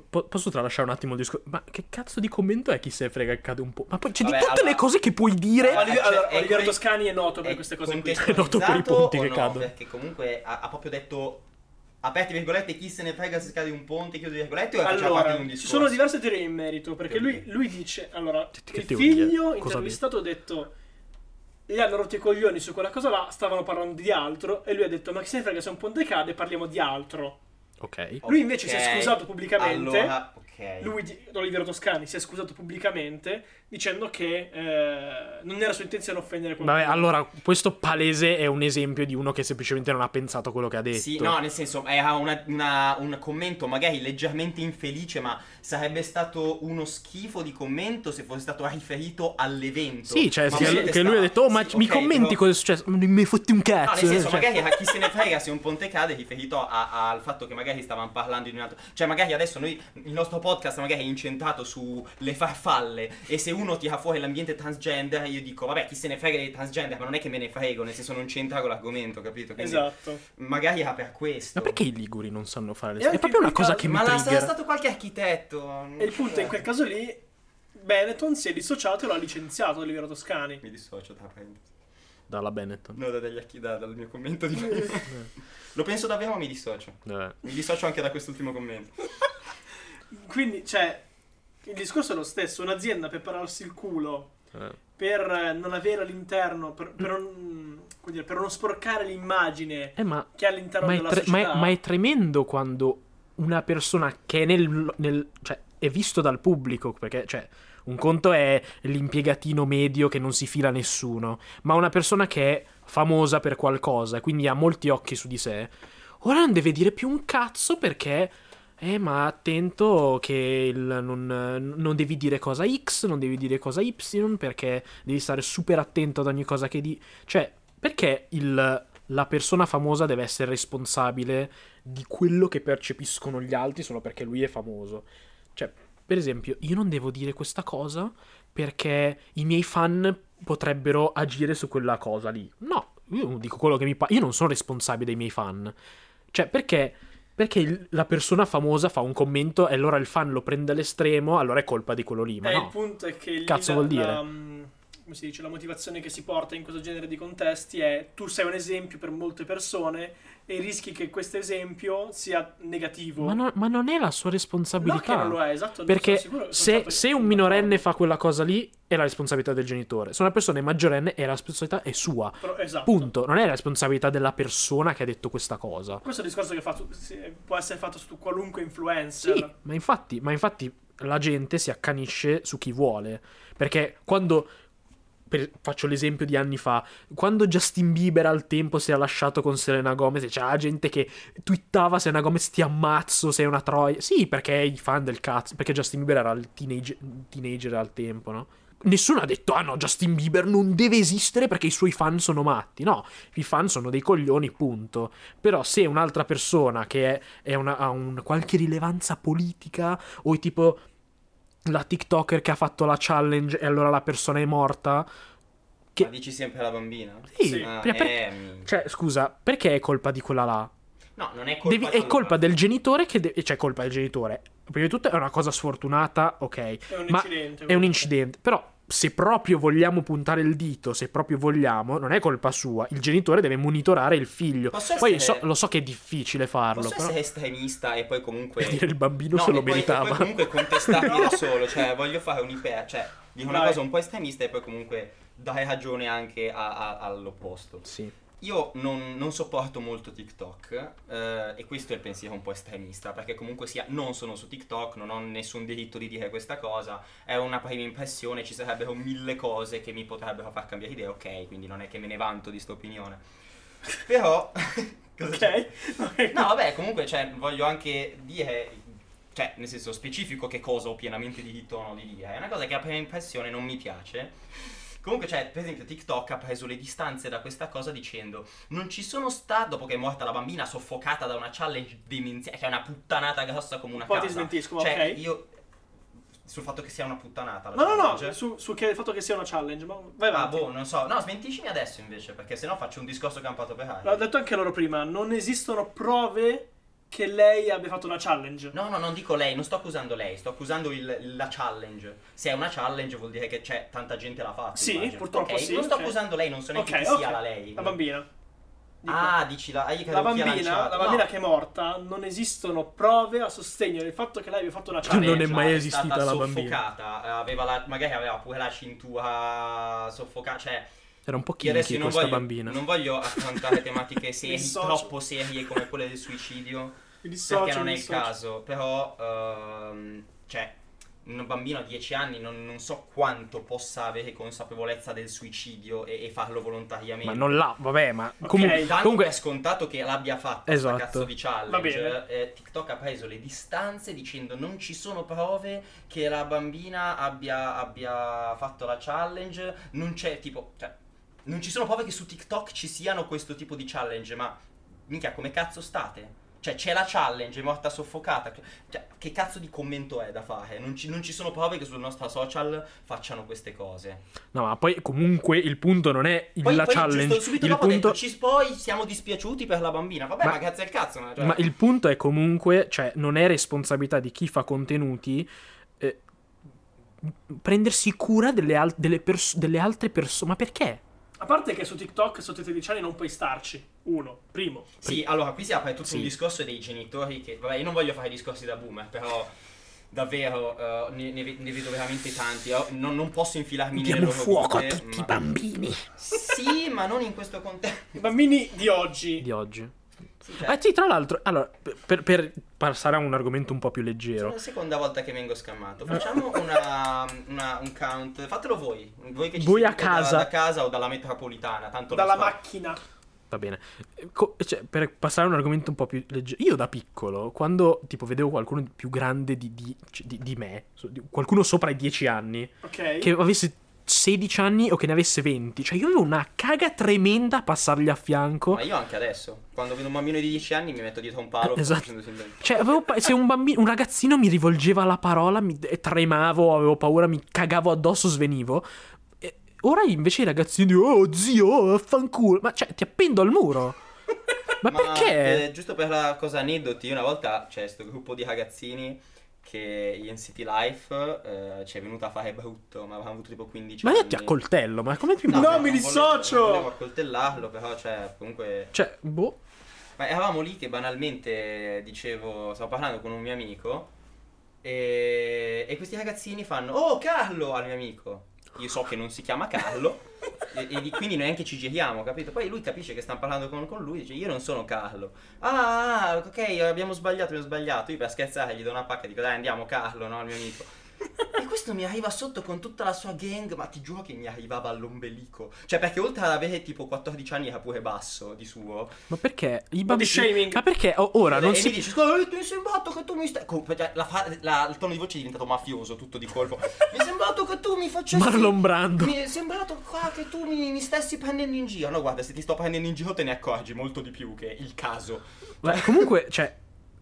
S3: po- posso tralasciare un attimo il discorso? Ma che cazzo di commento è chi se frega accade un po'? Ma poi c'è
S2: Vabbè,
S3: di tutte
S2: allora-
S3: le cose che puoi dire.
S2: Vabbè,
S1: Oliviero,
S2: cioè,
S1: allora,
S2: è
S1: Oliviero
S2: come-
S1: Toscani è noto per queste cose qui.
S2: contestualizzato
S3: Noto per i ponti
S2: o
S3: che
S2: no?
S3: cadono.
S2: Perché comunque ha, ha proprio detto aperti virgolette chi se ne frega se cade un ponte chiudo virgolette o è faceva parte di un
S1: Allora, ci
S2: discorso.
S1: sono diverse teorie in merito, perché lui,
S2: Teorie.
S1: lui dice, allora,
S3: Che- che
S1: il
S3: teorie?
S1: figlio
S3: Cosa
S1: intervistato ha detto, gli hanno rotto i coglioni su quella cosa là, stavano parlando di altro, e lui ha detto, ma chi se ne frega se un ponte cade, parliamo di altro.
S3: Ok.
S1: Lui invece si è
S2: Ok,
S1: scusato pubblicamente.
S2: Allora, ok.
S1: Lui, di- Oliviero Toscani, si è scusato pubblicamente dicendo che eh, non era sua intenzione offendere qualcuno.
S3: Vabbè, allora, questo palese è un esempio di uno che semplicemente non ha pensato quello che ha detto.
S2: Sì, no, nel senso, eh, ha una- una- un commento magari leggermente infelice, ma sarebbe stato uno schifo di commento se fosse stato riferito all'evento.
S3: Sì, cioè,
S2: Ma
S3: sì,
S2: vedete,
S3: che lui ha
S2: sta-
S3: detto, oh, ma
S2: sì,
S3: mi
S2: ok,
S3: commenti
S2: però-
S3: cosa è successo? Ma Non mi hai fotti un
S2: No,
S3: cazzo.
S2: nel senso,
S3: cioè.
S2: magari a chi se ne frega se un ponte cade è riferito a- a- al fatto che magari stavamo parlando di un altro. Cioè, magari adesso noi il nostro podcast magari è incentrato sulle farfalle. E se uno tira fuori l'ambiente transgender, io dico, vabbè, chi se ne frega dei transgender, ma non è che me ne frego, nel senso non c'entra con l'argomento, capito? Quindi
S1: Esatto.
S2: magari era per questo.
S3: Ma perché i liguri non sanno fare
S1: E
S3: le
S2: Eh,
S3: cose? È
S1: anche
S3: proprio
S1: in
S3: una
S1: quel
S3: cosa
S1: caso-
S3: che mi
S2: Ma la- sarà
S3: trigger.
S2: stato qualche architetto.
S1: E il punto è in quel caso lì, Benetton si è dissociato e l'ha licenziato Oliviero Toscani.
S2: Mi dissocio tra parentesi.
S3: Dalla Benetton.
S2: No, da- dagli archi- da- dal mio
S1: [LAUGHS]
S2: commento di Lo penso davvero, ma mi dissocio.
S3: Vabbè.
S2: Mi dissocio anche da quest'ultimo commento.
S1: Quindi, cioè, il discorso è lo stesso. Un'azienda per pararsi il culo, per eh, non avere all'interno, per, per non, come dire, per non sporcare l'immagine
S3: Eh, ma
S1: che è all'interno
S3: ma è,
S1: della
S3: tre- ma è-
S1: società.
S3: ma è tremendo quando una persona che è nel, nel- cioè, è visto dal pubblico, perché, cioè, un conto è l'impiegatino medio che non si fila a nessuno, ma una persona che è famosa per qualcosa, quindi ha molti occhi su di sé, ora non deve dire più un cazzo perché... Eh, ma attento che il- non, non devi dire cosa X, non devi dire cosa Y, perché devi stare super attento ad ogni cosa che di... Cioè, perché il, la persona famosa deve essere responsabile di quello che percepiscono gli altri solo perché lui è famoso? Cioè, per esempio, io non devo dire questa cosa perché i miei fan potrebbero agire su quella cosa lì. No, io dico quello che mi pare. Io non sono responsabile dei miei fan. Cioè, perché... Perché il- la persona famosa fa un commento e allora il fan lo prende all'estremo, allora è colpa di quello lì. Ma
S1: Eh,
S3: no.
S1: il punto è che lì
S3: Cazzo
S1: la-
S3: vuol dire?
S1: la, mm, come si dice, la motivazione che si porta in questo genere di contesti è tu sei un esempio per molte persone e rischi che questo esempio sia negativo.
S3: Ma, no- ma non è la sua
S1: No,
S3: responsabilità.
S1: che non lo è, esatto. non
S3: Perché
S1: sono sicuro, sono
S3: se,
S1: stato-
S3: se un
S1: sono
S3: minorenne
S1: d'accordo.
S3: fa quella cosa lì, è la responsabilità del genitore. Se una persona è maggiorenne, è la responsabilità è sua.
S1: Però- esatto.
S3: Punto. Non è la responsabilità della persona che ha detto questa cosa.
S1: Questo è un discorso che fa su- si- può essere fatto su qualunque influencer.
S3: Sì, ma infatti, ma infatti la gente si accanisce su chi vuole. Perché quando. per- faccio l'esempio di anni fa, quando Justin Bieber al tempo si era lasciato con Selena Gomez, c'era la gente che twittava Selena Gomez ti ammazzo, sei una troia. Sì, perché i fan del cazzo, perché Justin Bieber era il teenage- teenager al tempo, no? Nessuno ha detto, ah no, Justin Bieber non deve esistere perché i suoi fan sono matti. No, i fan sono dei coglioni, punto. Però se un'altra persona che è, è una- ha un, qualche rilevanza politica o è tipo la TikToker che ha fatto la challenge e allora la persona è morta, Che-
S2: Ma dici sempre alla bambina?
S3: Sì,
S2: Ah,
S3: per- per-
S2: eh, mi-
S3: cioè scusa, perché è colpa di quella là?
S2: No, non è colpa
S3: Devi- è
S2: allora,
S3: colpa del genitore che... de- cioè colpa del genitore. Prima di tutto è una cosa sfortunata, ok.
S1: È un
S3: Ma
S1: incidente.
S3: È un incidente. Però, se proprio vogliamo puntare il dito, se proprio vogliamo, non è colpa sua. Il genitore deve monitorare il figlio.
S2: Posso
S3: Poi
S2: essere-
S3: so- lo so che è difficile farlo,
S2: Posso
S3: però.
S2: essere estremista e poi comunque...
S3: per dire, il bambino
S2: No,
S3: se
S2: e
S3: lo
S2: poi- e poi
S3: meritava.
S2: comunque
S1: [LAUGHS]
S3: [LAUGHS]
S2: contestarmi da solo, cioè voglio fare un'ipea, cioè dico una
S1: Vai.
S2: cosa un po' estremista e poi comunque dai ragione anche a- a- all'opposto.
S3: Sì.
S2: Io non, non sopporto molto TikTok eh, e questo è il pensiero un po' estremista perché comunque sia non sono su TikTok, non ho nessun diritto di dire questa cosa, è una prima impressione, ci sarebbero mille cose che mi potrebbero far cambiare idea, ok, quindi non è che me ne vanto di sta opinione. Però... [LAUGHS] cosa c'è?
S1: [LAUGHS] ok.
S2: No, vabbè, comunque cioè, voglio anche dire, cioè, nel senso specifico che cosa ho pienamente diritto o no di dire. È una cosa che a prima impressione non mi piace. Comunque, cioè, per esempio, TikTok ha preso le distanze da questa cosa dicendo: Non ci sono sta dopo che è morta la bambina soffocata da una challenge demenziale, che è una puttanata grossa come una
S1: Poi ti
S2: casa.
S1: smentisco, ma
S2: cioè,
S1: ok.
S2: io. Sul fatto che sia una puttanata. la
S1: No, no, no,
S2: challenge.
S1: su, sul che- il fatto che sia una challenge, ma vai
S2: Ah,
S1: avanti.
S2: boh, non so. No, smentiscimi adesso invece, perché sennò faccio un discorso campato per aria.
S1: L'ho detto anche loro prima, non esistono prove che lei abbia fatto una challenge.
S2: No, no, non dico lei, non sto accusando lei, sto accusando il- la challenge. Se è una challenge vuol dire che c'è tanta gente la fa.
S1: Sì,
S2: immagino.
S1: purtroppo
S2: Ok,
S1: sì,
S2: Non sto
S1: ok.
S2: accusando lei, non so neanche
S1: ok,
S2: chi
S1: ok.
S2: sia la lei.
S1: La bambina. Dico,
S2: Ah, dici la, ah, io credo
S1: la
S2: chi ha
S1: bambina,
S2: lanciato.
S1: la bambina
S2: No,
S1: che è morta, non esistono prove a sostegno del fatto che lei abbia
S2: [LAUGHS]
S1: fatto una challenge.
S2: challenge,
S3: Non è mai
S2: ah,
S3: esistita
S2: stata
S3: la bambina.
S2: soffocata, eh, aveva la- magari aveva pure la cintura soffocata, cioè
S3: Era un po'
S2: io adesso
S3: kinky
S2: non
S3: questa
S2: voglio,
S3: bambina.
S2: non voglio
S3: [LAUGHS]
S2: affrontare tematiche serie,
S1: [LAUGHS] Mi dissocio.
S2: troppo serie come quelle del suicidio.
S1: Mi dissocio,
S2: perché non
S1: mi
S2: è il
S1: dissocio.
S2: caso, però ehm, cioè un bambino a 10 anni non, non so quanto possa avere consapevolezza del suicidio e, e farlo volontariamente.
S3: Ma non l'ha, vabbè, ma comunque,
S2: Dando
S3: comunque
S2: per scontato che l'abbia fatto
S3: Esatto.
S2: sta cazzo di
S1: Va
S2: challenge
S1: bene.
S2: eh, TikTok ha preso le distanze dicendo non ci sono prove che la bambina abbia, abbia fatto la challenge non c'è tipo cioè, non ci sono prove che su TikTok ci siano questo tipo di challenge ma minchia come cazzo state cioè c'è la challenge è morta soffocata cioè, che cazzo di commento è da fare non ci, non ci sono prove che sul nostro social facciano queste cose
S3: No, ma poi comunque il punto non è il-
S2: poi,
S3: la
S2: poi
S3: challenge.
S2: giusto subito
S3: il
S2: dopo
S3: punto,
S2: ho detto, "Ci- poi siamo dispiaciuti per la bambina. Vabbè,
S3: Ma-
S2: ma, grazie al cazzo. no? Cioè,
S3: ma il punto è comunque, cioè, non è responsabilità di chi fa contenuti eh, prendersi cura delle, al- delle pers- delle altre persone. Ma perché?
S1: A parte che su TikTok sotto i 13 anni non puoi starci. Uno, primo.
S2: Sì, allora qui si apre tutto
S3: Sì.
S2: un discorso dei genitori che... Vabbè, io non voglio fare discorsi da boomer, però... Davvero, eh, ne, ne ve- ne vedo veramente tanti. eh. Non, non posso infilarmi nelle
S3: Diamo
S2: loro
S3: fuoco a
S2: vite,
S3: tutti
S2: ma-
S3: i bambini
S2: Sì, ma non in questo contesto.
S1: I bambini di oggi.
S3: di oggi.
S2: [LAUGHS] Sì,
S3: Ah,
S2: cioè,
S3: sì, tra l'altro, allora, per, per passare a un argomento un po' più
S2: sono
S3: leggero,
S2: la seconda volta che vengo scammato. Facciamo una, una- un count. Fatelo voi. Voi che ci
S3: Voi a
S2: sentite da-
S3: casa.
S2: Da, casa o dalla metropolitana. Tanto non
S1: Dalla
S2: sta-
S1: macchina.
S3: va bene. Co- cioè, per passare a un argomento un po' più leggero, io da piccolo, quando tipo vedevo qualcuno di più grande di, di- cioè, di- di me, so- di- qualcuno sopra i 10 anni,
S1: Ok.
S3: che avesse 16 anni o che ne avesse 20, cioè io avevo una caga tremenda a passargli a fianco.
S2: Ma io anche adesso, quando vedo un bambino di 10 anni mi metto dietro un palo.
S3: Eh, esatto.
S2: facendo sempre-
S3: Cioè, avevo pa- se un, bambino, un ragazzino mi rivolgeva la parola, mi e tremavo, avevo paura, mi cagavo addosso, svenivo. E ora invece i ragazzini dicono, oh zio, affanculo. Ma cioè, ti appendo al muro. Ma, perché?
S2: eh, giusto per la cosa aneddoti, una volta c'è questo gruppo di ragazzini che in City Life eh, ci è venuto a fare brutto, ma avevamo avuto tipo 15
S3: Ma
S2: anni.
S3: io ti accoltello, ma come ti...
S1: No,
S2: cioè,
S1: mi
S2: non
S1: dissocio!
S2: Volevo, non volevo accoltellarlo, però cioè, comunque...
S3: Cioè, boh.
S2: Ma eravamo lì che banalmente dicevo, stavo parlando con un mio amico e, e questi ragazzini fanno Oh Carlo al mio amico. Io so che non si chiama Carlo e, e di- quindi neanche ci giriamo, capito? Poi lui capisce che stanno parlando con, con lui dice io non sono Carlo. Ah, ok, abbiamo sbagliato, abbiamo sbagliato. Io per scherzare gli do una pacca e dico dai andiamo Carlo, no, al mio amico. E questo mi arriva sotto con tutta la sua gang, ma ti giuro che mi arrivava all'ombelico. Cioè, perché oltre ad avere tipo 14 anni era pure basso di suo.
S3: Ma perché? I
S1: di shaming.
S3: Ma perché o- ora
S2: E
S3: non
S2: mi
S3: si...
S2: dici, scusa, eh, ti è sembrato che tu mi stai... Co- cioè, la fa- la- il tono di voce è diventato mafioso tutto di colpo. mi è sembrato che tu mi facessi...
S3: Marlon Brando.
S2: Mi è sembrato qua che tu mi, mi stessi prendendo in giro. No, guarda, se ti sto prendendo in giro te ne accorgi molto di più che il caso.
S3: Ma comunque, cioè,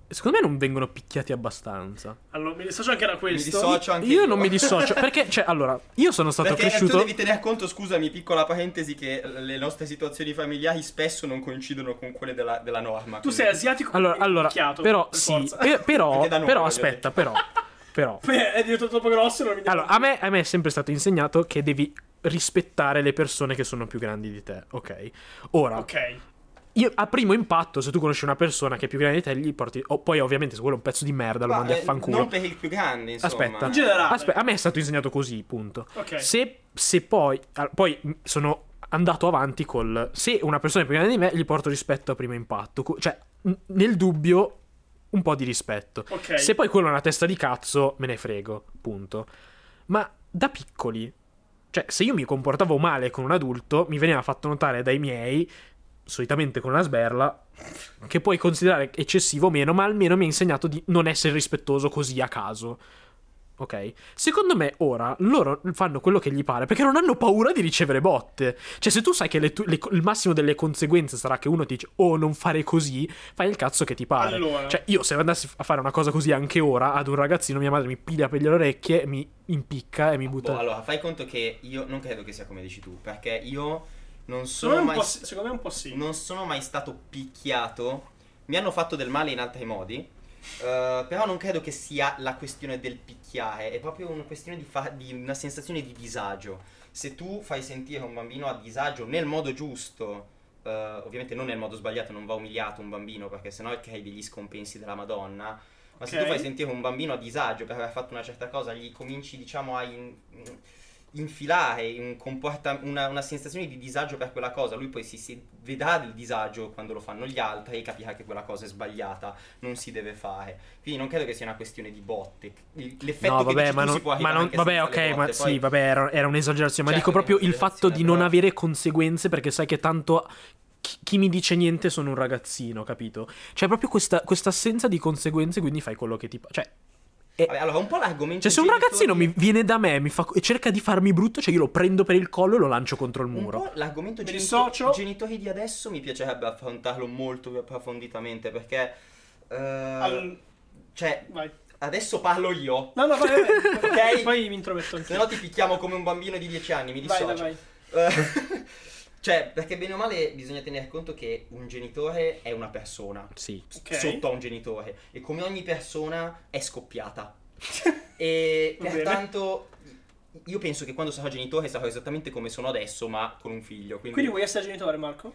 S3: secondo me non vengono picchiati abbastanza.
S1: Allora, mi dissocio anche da questo.
S2: Mi dissocio anche
S3: Io
S2: [LAUGHS]
S3: non mi dissocio, perché, cioè, allora, io sono stato
S2: Perché tu
S3: cresciuto...
S2: devi tenere conto, scusami, piccola parentesi, che le nostre situazioni familiari spesso non coincidono con quelle della, della norma.
S1: Tu
S2: quindi-
S1: sei asiatico.
S3: Allora,
S1: quindi
S3: allora
S1: picchiato,
S3: però
S1: per
S3: sì,
S1: forza.
S3: pe- però,
S2: Anche da noi,
S3: però
S2: voglio
S3: aspetta,
S2: dire.
S3: però, però.
S1: [LAUGHS] Beh, è diventato troppo grosso. e Non mi
S3: Allora, a me, a me è sempre stato insegnato che devi rispettare le persone che sono più grandi di te, ok? Ora,
S1: Ok.
S3: io, a primo impatto, se tu conosci una persona che è più grande di te, gli porti... o poi ovviamente se quello è un pezzo di merda lo
S2: Ma,
S3: mandi a
S2: eh,
S3: fanculo.
S2: Non per il più grande, insomma.
S3: Aspetta,
S1: In generale.
S3: Aspe- a me è stato insegnato così, punto.
S1: Ok.
S3: Se, se poi, ah, poi mh, sono andato avanti col se una persona è più grande di me, gli porto rispetto a primo impatto, Co- cioè mh, nel dubbio un po' di rispetto.
S1: Ok.
S3: Se poi quello è una testa di cazzo, me ne frego, punto. Ma da piccoli, cioè se io mi comportavo male con un adulto, mi veniva fatto notare dai miei, solitamente con una sberla, che puoi considerare eccessivo o meno, ma almeno mi ha insegnato di non essere rispettoso così a caso. ok? Secondo me ora loro fanno quello che gli pare perché non hanno paura di ricevere botte. Cioè, se tu sai che le tu- le co- il massimo delle conseguenze sarà che uno ti dice oh non fare così, fai il cazzo che ti pare.
S1: Allora.
S3: Cioè, io se andassi a fare una cosa così anche ora ad un ragazzino, mia madre mi piglia per le orecchie, mi impicca e mi butta.
S2: Boh, allora, fai conto che io non credo che sia come dici tu, perché io
S1: Secondo
S2: non sono
S1: me, un
S2: mai
S1: po',
S2: sta-
S1: sì, secondo me un po' sì.
S2: non sono mai stato picchiato. Mi hanno fatto del male in altri modi. eh, però non credo che sia la questione del picchiare, è proprio una questione di, fa- di una sensazione di disagio. Se tu fai sentire un bambino a disagio nel modo giusto, eh, ovviamente non nel modo sbagliato, non va umiliato un bambino perché sennò crei degli scompensi della Madonna. Ma se
S1: Ok.
S2: tu fai sentire un bambino a disagio per aver fatto una certa cosa, gli cominci, diciamo, a in- infilare un comporta- una, una sensazione di disagio per quella cosa, lui poi si, si vedrà del disagio quando lo fanno gli altri e capirà che quella cosa è sbagliata, non si deve fare. Quindi non credo che sia una questione di botte. Il- L'effetto
S3: No,
S2: che
S3: vabbè,
S2: dici
S3: ma
S2: tu
S3: non,
S2: si può
S3: ma
S2: arrivare
S3: non-
S2: anche
S3: vabbè,
S2: senza le
S3: ok, ma
S2: botte,
S3: sì,
S2: poi-
S3: vabbè, era, era un'esagerazione. Ma
S2: Certo
S3: dico
S2: che è
S3: proprio il fatto
S2: un'esagerazione,
S3: di non
S2: però-
S3: avere conseguenze perché sai che tanto chi, chi mi dice niente sono un ragazzino, capito? C'è proprio questa, questa assenza di conseguenze, quindi fai quello che ti pa- Cioè, è-
S2: Vabbè, allora, un po' l'argomento...
S3: cioè, se un
S2: genitori-
S3: ragazzino mi viene da me mi fa- e cerca di farmi brutto, cioè io lo prendo per il collo e lo lancio contro il
S2: Un
S3: muro.
S2: po' l'argomento
S1: Mi
S2: genito-
S1: dissocio.
S2: genitori di adesso mi piacerebbe affrontarlo molto più approfonditamente perché... eh,
S1: Al-
S2: Cioè,
S1: Vai.
S2: adesso parlo io.
S1: No, no, vai, vai, vai.
S2: [LAUGHS] Ok.
S1: Poi mi intrometto anche.
S2: Se no ti picchiamo come un bambino di 10 anni, mi
S1: Vai, vai,
S2: dissocio.
S1: vai.
S2: Eh, [LAUGHS] cioè, perché bene o male bisogna tener conto che un genitore è una persona
S3: Sì.
S1: Ok.
S2: sotto a un genitore e come ogni persona è scoppiata. e
S1: Va
S2: pertanto io penso che quando sarò genitore sarò esattamente come sono adesso, ma con un figlio. Quindi,
S1: Quindi vuoi essere genitore, Marco?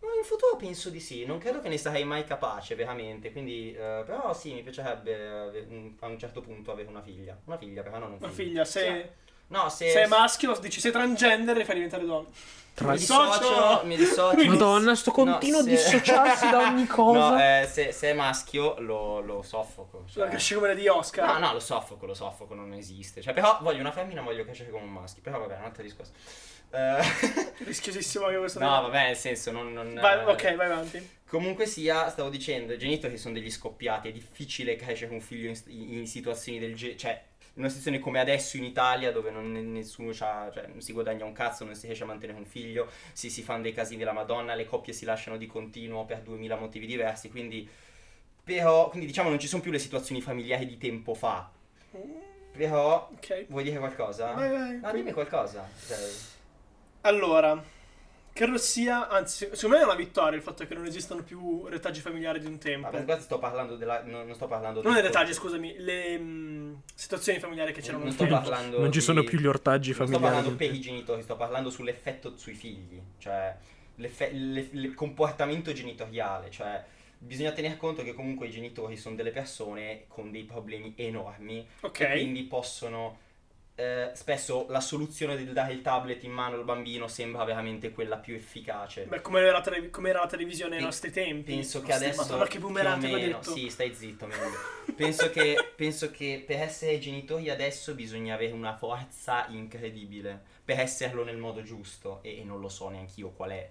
S2: Ma in futuro penso di sì, non credo che ne sarei mai capace veramente, quindi eh, però sì, mi piacerebbe avere un- a un certo punto avere una figlia. Una figlia, però non un figlio.
S1: Una figlia,
S2: Sì.
S1: se,
S2: No, se
S1: se è maschio, dici sei transgender e fai diventare donna.
S3: Tra-
S2: Mi dissocio, mi dissocio.
S3: Madonna, sto continuo
S2: No, se-
S3: dissociarsi da ogni cosa.
S2: [LAUGHS] No, eh, se, se è maschio lo, lo soffoco.
S1: Cioè,
S2: cioè-
S1: cresci come la di Oscar.
S2: No, no, lo soffoco, lo soffoco, non esiste. Cioè, però voglio una femmina, voglio crescere come un maschio. Però vabbè, è un altro discorso. Eh, [LAUGHS]
S1: Rischiosissimo anche questo.
S2: no, vabbè, nel senso, non... non-
S1: Vai, ok, vai avanti.
S2: Comunque sia, stavo dicendo, i genitori sono degli scoppiati, è difficile crescere un figlio in, in situazioni del genere, cioè in una situazione come adesso in Italia dove non, nessuno c'ha, cioè, non si guadagna un cazzo, non si riesce a mantenere un figlio, si, si fanno dei casi della Madonna, le coppie si lasciano di continuo per duemila motivi diversi, quindi però, quindi diciamo non ci sono più le situazioni familiari di tempo fa, però
S1: Eh, Ok.
S2: vuoi dire qualcosa?
S1: Vai, vai.
S2: No, dimmi qualcosa. Cioè,
S1: Allora, credo sia, anzi, se- secondo me è una vittoria il fatto che non esistano più retaggi familiari di un tempo.
S2: vabbè, guarda, sto parlando della... Non, non sto parlando...
S1: non
S2: del-
S1: i retaggi, scusami, le mm, situazioni familiari che c'erano.
S2: Non
S1: nel
S2: sto
S1: tempo.
S2: parlando
S3: non ci
S2: di-
S3: sono più gli ortaggi
S2: Non sto parlando per
S3: familiari.
S2: i genitori, sto parlando sull'effetto sui figli, cioè l'effe- le- il comportamento genitoriale, cioè bisogna tener conto che comunque i genitori sono delle persone con dei problemi enormi
S1: Ok.
S2: e quindi possono eh, spesso la soluzione del dare il tablet in mano al bambino sembra veramente quella più efficace.
S1: Beh, come era, la tele- come era la televisione ai
S2: Pe-
S1: nostri tempi.
S2: Penso che
S1: Nostri-
S2: adesso
S1: Madonna, che
S2: più o
S1: boomerate che ho
S2: meno-
S1: detto.
S2: Sì, stai zitto, meglio. penso, che, penso che per essere genitori adesso bisogna avere una forza incredibile per esserlo nel modo giusto e, e non lo so neanche io qual è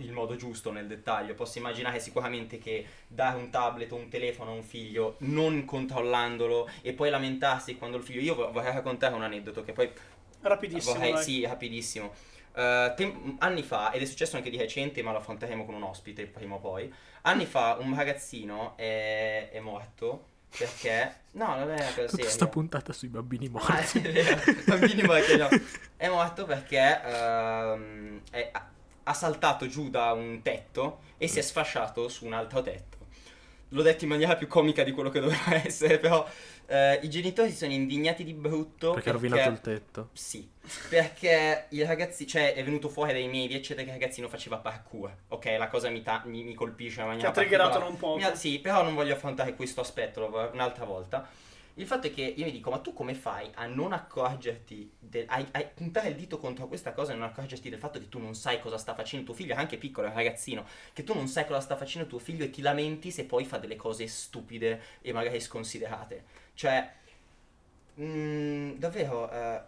S2: il modo giusto nel dettaglio. Posso immaginare sicuramente che dare un tablet o un telefono a un figlio non controllandolo e poi lamentarsi quando il figlio... Io vo- vorrei raccontare un aneddoto che poi
S1: [LAUGHS] Rapidissimo,
S2: Vorrei-
S1: dai.
S2: sì, rapidissimo. Eh, tem- anni fa, ed è successo anche di recente, ma lo affronteremo con un ospite prima o poi. Anni fa un ragazzino è, è morto perché. No, non è una cosa
S3: Tutta
S2: seria.
S3: sta puntata sui bambini
S2: Ah,
S3: morti.
S2: è vero, bambini morti,
S3: [LAUGHS]
S2: no. È morto perché ehm, è- ha saltato giù da un tetto e si è sfasciato su un altro tetto. L'ho detto in maniera più comica di quello che [LAUGHS] doveva essere, però eh, i genitori si sono indignati di brutto
S3: perché ha rovinato il tetto.
S2: sì, perché il ragazzino, cioè è venuto fuori dai media, eccetera, che il ragazzino faceva parkour. Ok, la cosa mi, ta- mi, mi colpisce in
S1: Che ha
S2: maniera
S1: triggerato
S2: particolare.
S1: non poco.
S2: Mi ha- sì, però non voglio affrontare questo aspetto, lo vorrei un'altra volta. Il fatto è che io mi dico, ma tu come fai a non accorgerti, del- a, a puntare il dito contro questa cosa e non accorgerti del fatto che tu non sai cosa sta facendo tuo figlio, era anche piccolo, è un ragazzino, che tu non sai cosa sta facendo tuo figlio e ti lamenti se poi fa delle cose stupide e magari sconsiderate. Cioè, mm, davvero... eh,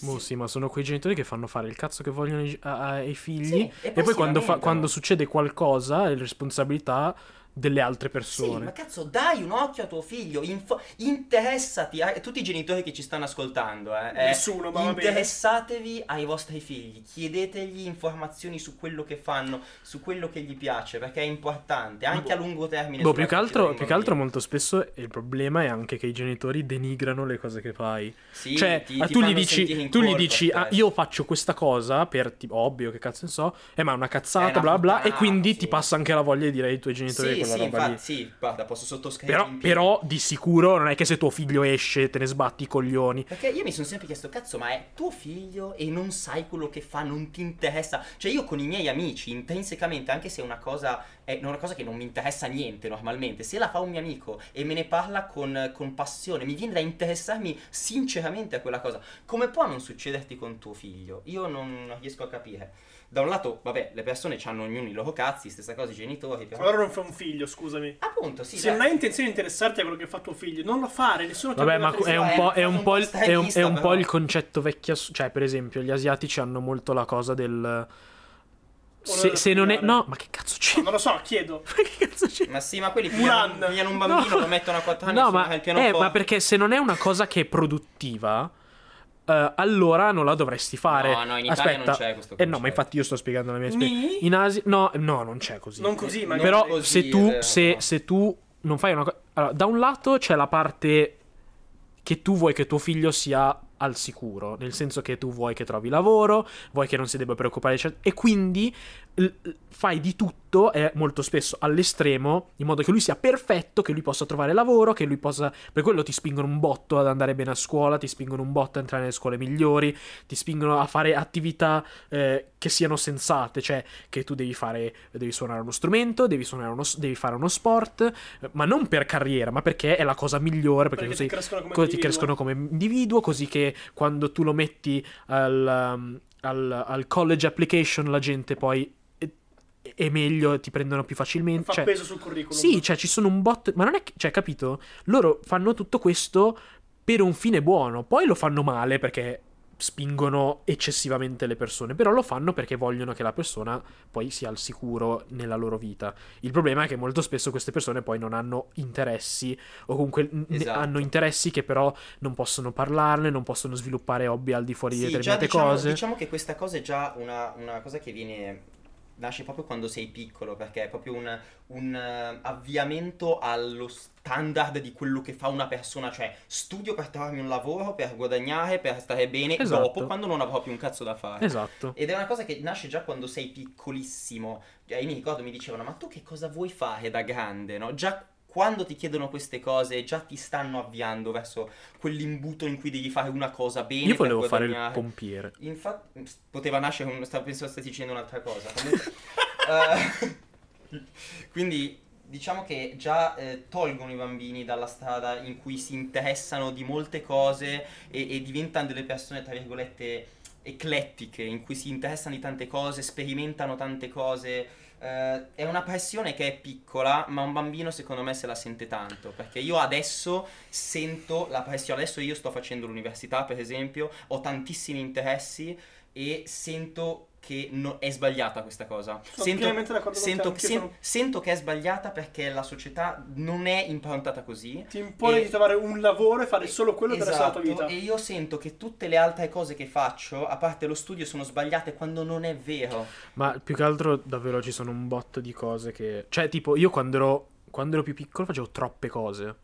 S3: Boh,
S2: sì.
S3: sì, ma sono quei genitori che fanno fare il cazzo che vogliono ai, a- a- ai figli.
S2: Sì, e
S3: e,
S2: poi
S3: poi
S2: si
S3: quando, fa-
S2: lamentano.
S3: quando succede qualcosa, le responsabilità delle altre
S2: Sì, ma
S3: persone.
S2: cazzo, dai un occhio a tuo figlio, info- interessati a tutti i genitori che ci stanno ascoltando, eh. eh,
S1: Nessuno, ma va bene.
S2: Interessatevi ai vostri figli, chiedetegli informazioni su quello che fanno, su quello che gli piace, perché è importante, anche a lungo termine.
S3: Boh,
S2: sulla
S3: più che,
S2: crescita
S3: altro,
S2: dei
S3: più che altro
S2: bambini.
S3: molto spesso il problema è anche che i genitori denigrano le cose che fai.
S2: Sì,
S3: cioè,
S2: ti-
S3: ah,
S2: ti
S3: tu gli
S2: fanno sentire
S3: dici,
S2: in
S3: tu gli
S2: colpa
S3: dici ah,
S2: spesso.
S3: io faccio questa cosa per tipo, hobby o che cazzo ne so, eh, ma è una cazzata,
S2: È una
S3: bla bla, e
S2: puttanata,
S3: quindi
S2: sì.
S3: ti passa anche la voglia di dire ai tuoi genitori
S2: Sì,
S3: quella
S2: sì,
S3: roba
S2: infatti,
S3: lì.
S2: sì, guarda, posso sottoscrivere.
S3: Però,
S2: in pieno.
S3: però di sicuro non è che se tuo figlio esce te ne sbatti i coglioni.
S2: Perché io mi sono sempre chiesto, cazzo, ma è tuo figlio e non sai quello che fa, non ti interessa. Cioè, io con i miei amici, intrinsecamente, anche se è una cosa, è una cosa che non mi interessa niente normalmente, se la fa un mio amico e me ne parla con, con passione, mi viene da interessarmi sinceramente a quella cosa. Come può non succederti con tuo figlio? Io non, non riesco a capire. Da un lato, vabbè, le persone hanno ognuno i loro cazzi, stessa cosa i genitori, però...
S1: Allora non fa un figlio, scusami.
S2: Appunto, sì.
S1: Se
S2: dai.
S1: non hai intenzione di interessarti a quello che fa tuo figlio, non lo fare, nessuno ti ha
S3: Vabbè, ma
S1: obbligato a
S3: è un
S2: eh,
S3: po', è
S2: è
S3: un
S2: un
S3: po', il,
S2: po'
S3: è un, è un
S2: stagista,
S3: po'
S2: però.
S3: il concetto vecchio. ass- Cioè, per esempio, gli asiatici hanno molto la cosa del. Se, se non è. No, ma che cazzo c'è?
S1: Non lo so,
S3: [LAUGHS]
S1: chiedo.
S3: Ma che cazzo c'è?
S2: Ma sì, ma quelli
S1: Mulan.
S2: pigliano, pigliano un bambino, lo mettono a 4 anni
S3: no,
S2: e
S3: ma,
S2: suonano il
S3: eh,
S2: pianoforte.
S3: ma perché se non è una cosa che è produttiva, eh, allora non la dovresti fare.
S2: No, no, in Italia
S3: Aspetta.
S2: non c'è questo
S3: Eh no, ma
S2: concetto.
S3: infatti io sto spiegando la mia esperienza.
S1: Ni?
S3: In Asia, no, no, non c'è così.
S1: Non così, magari.
S3: Eh, Però
S2: così,
S3: se,
S2: è
S3: tu,
S2: vero,
S3: se,
S2: no.
S3: se tu non fai una cosa... Allora, da un lato c'è la parte che tu vuoi che tuo figlio sia al sicuro, nel senso che tu vuoi che trovi lavoro, vuoi che non si debba preoccupare di certe- e quindi l- l- fai di tutto, eh, molto spesso all'estremo, in modo che lui sia perfetto, che lui possa trovare lavoro, che lui possa... Per quello ti spingono un botto ad andare bene a scuola, ti spingono un botto a entrare nelle scuole migliori, ti spingono a fare attività eh, che siano sensate, cioè che tu devi fare, devi suonare uno strumento, devi, suonare uno, s- devi fare uno sport, eh, ma non per carriera, ma perché è la cosa migliore, perché,
S1: Perché ti
S3: tu sei,
S1: crescono come
S3: co- ti
S1: individuo.
S3: crescono come individuo, così che quando tu lo metti al, um, al- al college application la gente poi è, è meglio, ti prendono più facilmente.
S1: Fa
S3: cioè-
S1: peso sul curriculum.
S3: sì, cioè ci sono un bot, ma non è che, cioè, capito? Loro fanno tutto questo per un fine buono, poi lo fanno male perché spingono eccessivamente le persone, però lo fanno perché vogliono che la persona poi sia al sicuro nella loro vita. Il problema è che molto spesso queste persone poi non hanno interessi o comunque n- ne-
S2: Esatto.
S3: hanno interessi che però non possono parlarne, non possono sviluppare hobby al di fuori di
S2: Sì, già
S3: determinate
S2: diciamo,
S3: cose.
S2: diciamo che questa cosa è già una, una cosa che viene. Nasce proprio quando sei piccolo, perché è proprio un, un, eh, avviamento allo standard di quello che fa una persona, cioè studio per trovarmi un lavoro, per guadagnare, per stare bene
S3: Esatto.
S2: dopo, quando non avrò più un cazzo da fare.
S3: Esatto.
S2: Ed è una cosa che nasce già quando sei piccolissimo. Cioè, io mi ricordo, mi dicevano, ma tu che cosa vuoi fare da grande, no? Già quando ti chiedono queste cose, già ti stanno avviando verso quell'imbuto in cui devi fare una cosa bene
S3: Io volevo
S2: per
S3: fare il
S2: guadagnare.
S3: pompiere.
S2: Infatti, s- poteva nascere un... Stavo, pensavo stessi dicendo un'altra
S3: [LAUGHS]
S2: cosa. Comunque, eh, [LAUGHS] quindi, diciamo che già eh, tolgono i bambini dalla strada in cui si interessano di molte cose e, e diventano delle persone, tra virgolette, eclettiche, in cui si interessano di tante cose, sperimentano tante cose. Eh, è una pressione che è piccola, ma un bambino secondo me se la sente tanto, perché io adesso sento la pressione, adesso io sto facendo l'università per esempio, ho tantissimi interessi e sento che no- è sbagliata questa cosa.
S1: Sono
S2: sento,
S1: pienamente d'accordo con te,
S2: sento-
S1: anch'io
S2: sen-
S1: sono-
S2: sento che è sbagliata perché la società non è improntata così.
S1: Ti impone
S3: eh,
S2: E-
S1: di trovare un lavoro e fare solo quello per la
S2: Esatto,
S1: tua vita.
S2: E io sento che tutte le altre cose che faccio, a parte lo studio, sono sbagliate quando non è vero.
S3: Ma più che altro davvero ci sono un botto di cose che... Cioè, tipo, io quando ero, quando ero più piccolo facevo troppe cose.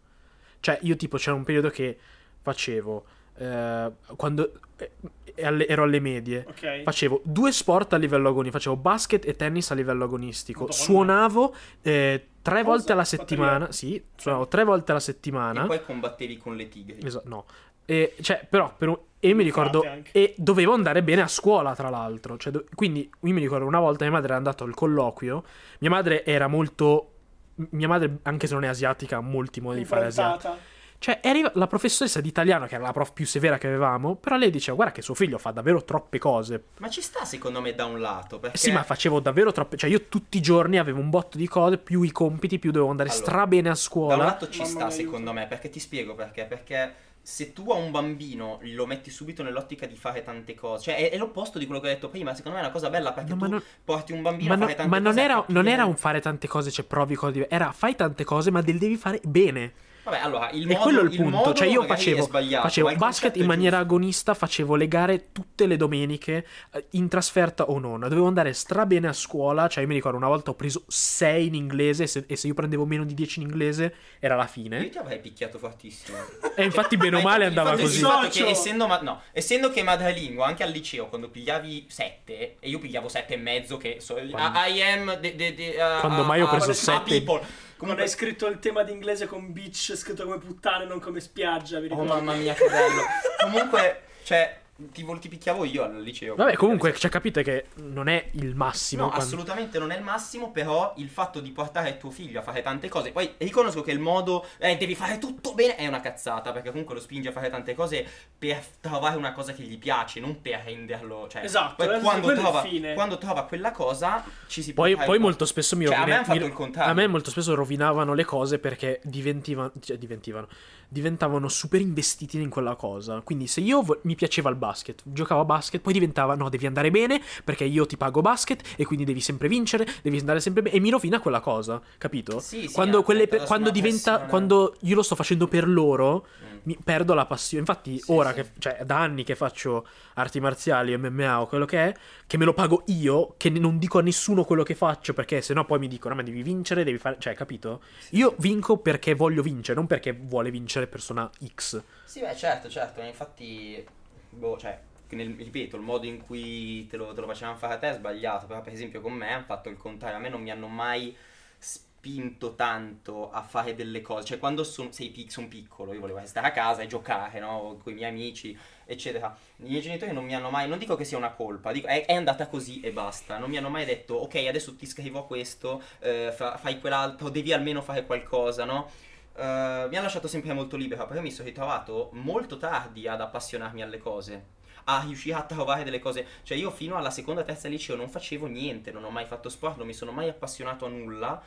S3: Cioè, io tipo c'era un periodo che facevo... eh, quando eh, eh, alle- ero alle medie
S1: Ok.
S3: facevo due sport a livello agonistico facevo basket e tennis a livello agonistico
S1: Madonna.
S3: suonavo eh, tre
S1: Cosa?
S3: volte alla
S1: Batteria?
S3: settimana sì suonavo tre volte alla settimana
S2: E poi combattevi con le tigri.
S3: Esa- no. E, cioè, però, per un- e mi ricordo.
S1: Fate anche.
S3: E dovevo andare bene a scuola, tra l'altro. Cioè, do- quindi, io mi ricordo una volta mia madre era andata al colloquio. Mia madre era molto. m- Mia madre, anche se non è asiatica, ha molti modi di fare asiatica.
S1: Improntata.
S3: Cioè, è arriva- la professoressa di italiano, che era la prof più severa che avevamo, però lei diceva, guarda che suo figlio fa davvero troppe cose. Eh
S2: Ma ci sta secondo me da un lato, perché...
S3: Sì, ma facevo davvero troppe... Cioè, io tutti i giorni avevo un botto di cose, più i compiti, più dovevo andare
S2: Allora,
S3: strabene a
S2: Da un
S3: scuola.
S2: lato ci
S1: Mamma
S2: sta
S1: mia, aiuto.
S2: secondo me, perché ti spiego perché, perché se tu a un bambino lo metti subito nell'ottica di fare tante cose, cioè è, è l'opposto di quello che ho detto prima, secondo me è una cosa bella perché
S3: No, ma
S2: tu
S3: non-
S2: porti un bambino
S3: Ma,
S2: a
S3: no-
S2: fare tante
S3: ma
S2: cose.
S3: non, era,
S2: anche
S3: non
S2: chi-
S3: era un fare tante cose, cioè provi cose diverse. Era fai tante cose, ma le devi fare bene.
S2: Vabbè, allora, il
S3: e
S2: modo,
S3: quello è il
S2: il
S3: punto.
S2: modo
S3: Cioè, io
S2: magari
S3: facevo,
S2: è sbagliato,
S3: facevo
S2: ma certo il
S3: basket
S2: concetto
S3: in
S2: è
S3: maniera
S2: giusto.
S3: agonista, facevo le gare tutte le domeniche, eh, in trasferta o non. Dovevo andare strabene a scuola. Cioè, io mi ricordo una volta ho preso 6 in inglese. se- e se io prendevo meno di 10 in inglese, era la
S2: Io
S3: fine.
S2: ti avrei picchiato fortissimo.
S1: [LAUGHS]
S3: E infatti, [LAUGHS] bene
S2: [LAUGHS]
S3: o male, andava
S2: Infatti,
S3: così.
S2: Il fatto che
S1: Socio!
S2: essendo, ma- no, essendo che madrelingua anche al liceo quando pigliavi 7 e io pigliavo 7 e mezzo che so, a- I am de- de- de- a-
S3: Quando
S2: a-
S3: mai ho
S2: a-
S3: preso
S2: a
S3: sette-
S2: uh, people.
S1: Quando hai scritto il tema d'inglese con bitch, scritto come puttane, non come spiaggia, vi
S2: Oh
S1: ricordo.
S2: mamma mia
S1: [LAUGHS]
S2: che bello. Comunque, cioè, ti, vol- ti picchiavo io al liceo.
S3: Vabbè, comunque, cioè, capite che non è il massimo.
S2: No,
S3: quando-
S2: assolutamente non è il massimo, però il fatto di portare tuo figlio a fare tante cose, poi riconosco che il modo, eh, devi fare tutto bene, è una cazzata, perché comunque lo spingi a fare tante cose per trovare una cosa che gli piace, non per renderlo, cioè,
S1: Esatto,
S2: poi
S1: adesso
S2: quando
S1: quello è il
S2: trova,
S1: fine.
S2: quando trova quella cosa ci si può
S3: Poi,
S2: fare
S3: poi
S2: un-
S3: molto spesso mi
S2: Cioè, a me
S3: rovina-
S2: hanno fatto
S3: mi-
S2: il contrario.
S3: a me molto spesso rovinavano le cose perché diventivano, cioè diventivano, diventavano super investiti in quella cosa. Quindi se io vo- mi piaceva il basket, giocavo a basket, poi diventava no, devi andare bene perché io ti pago basket e quindi devi sempre vincere, devi andare sempre bene e mi rovina quella cosa, capito?
S2: Sì, sì,
S3: quando
S2: anche
S3: quelle pe-
S2: tutta la
S3: quando
S2: sua
S3: diventa
S2: passione.
S3: quando io lo sto facendo per loro,
S2: Mm.
S3: mi perdo la passione. Infatti
S2: Sì,
S3: ora
S2: sì.
S3: che cioè da anni che faccio arti marziali, MMA o quello che è, che me lo pago io, che ne- non dico a nessuno quello che faccio, perché sennò poi mi dicono, "Ah, ma devi vincere, devi fare... Cioè, capito? Io vinco perché voglio vincere, non perché vuole vincere persona X.
S2: Sì, beh, certo, certo, infatti, boh, cioè, nel- ripeto, il modo in cui te lo, te lo facevano fare a te è sbagliato, però per esempio con me hanno fatto il contrario, a me non mi hanno mai spinto tanto a fare delle cose, cioè quando son- sei pic- son piccolo, io volevo stare a casa e giocare, no, con i miei amici, eccetera, i miei genitori non mi hanno mai, non dico che sia una colpa, dico, è, è andata così e basta, non mi hanno mai detto, ok, adesso ti scrivo a questo, eh, fa- fai quell'altro, devi almeno fare qualcosa, no? Eh, mi ha lasciato sempre molto libera, perché mi sono ritrovato molto tardi ad appassionarmi alle cose. A riuscire a trovare delle cose. Cioè, io fino alla seconda, terza liceo non facevo niente, non ho mai fatto sport, non mi sono mai appassionato a nulla.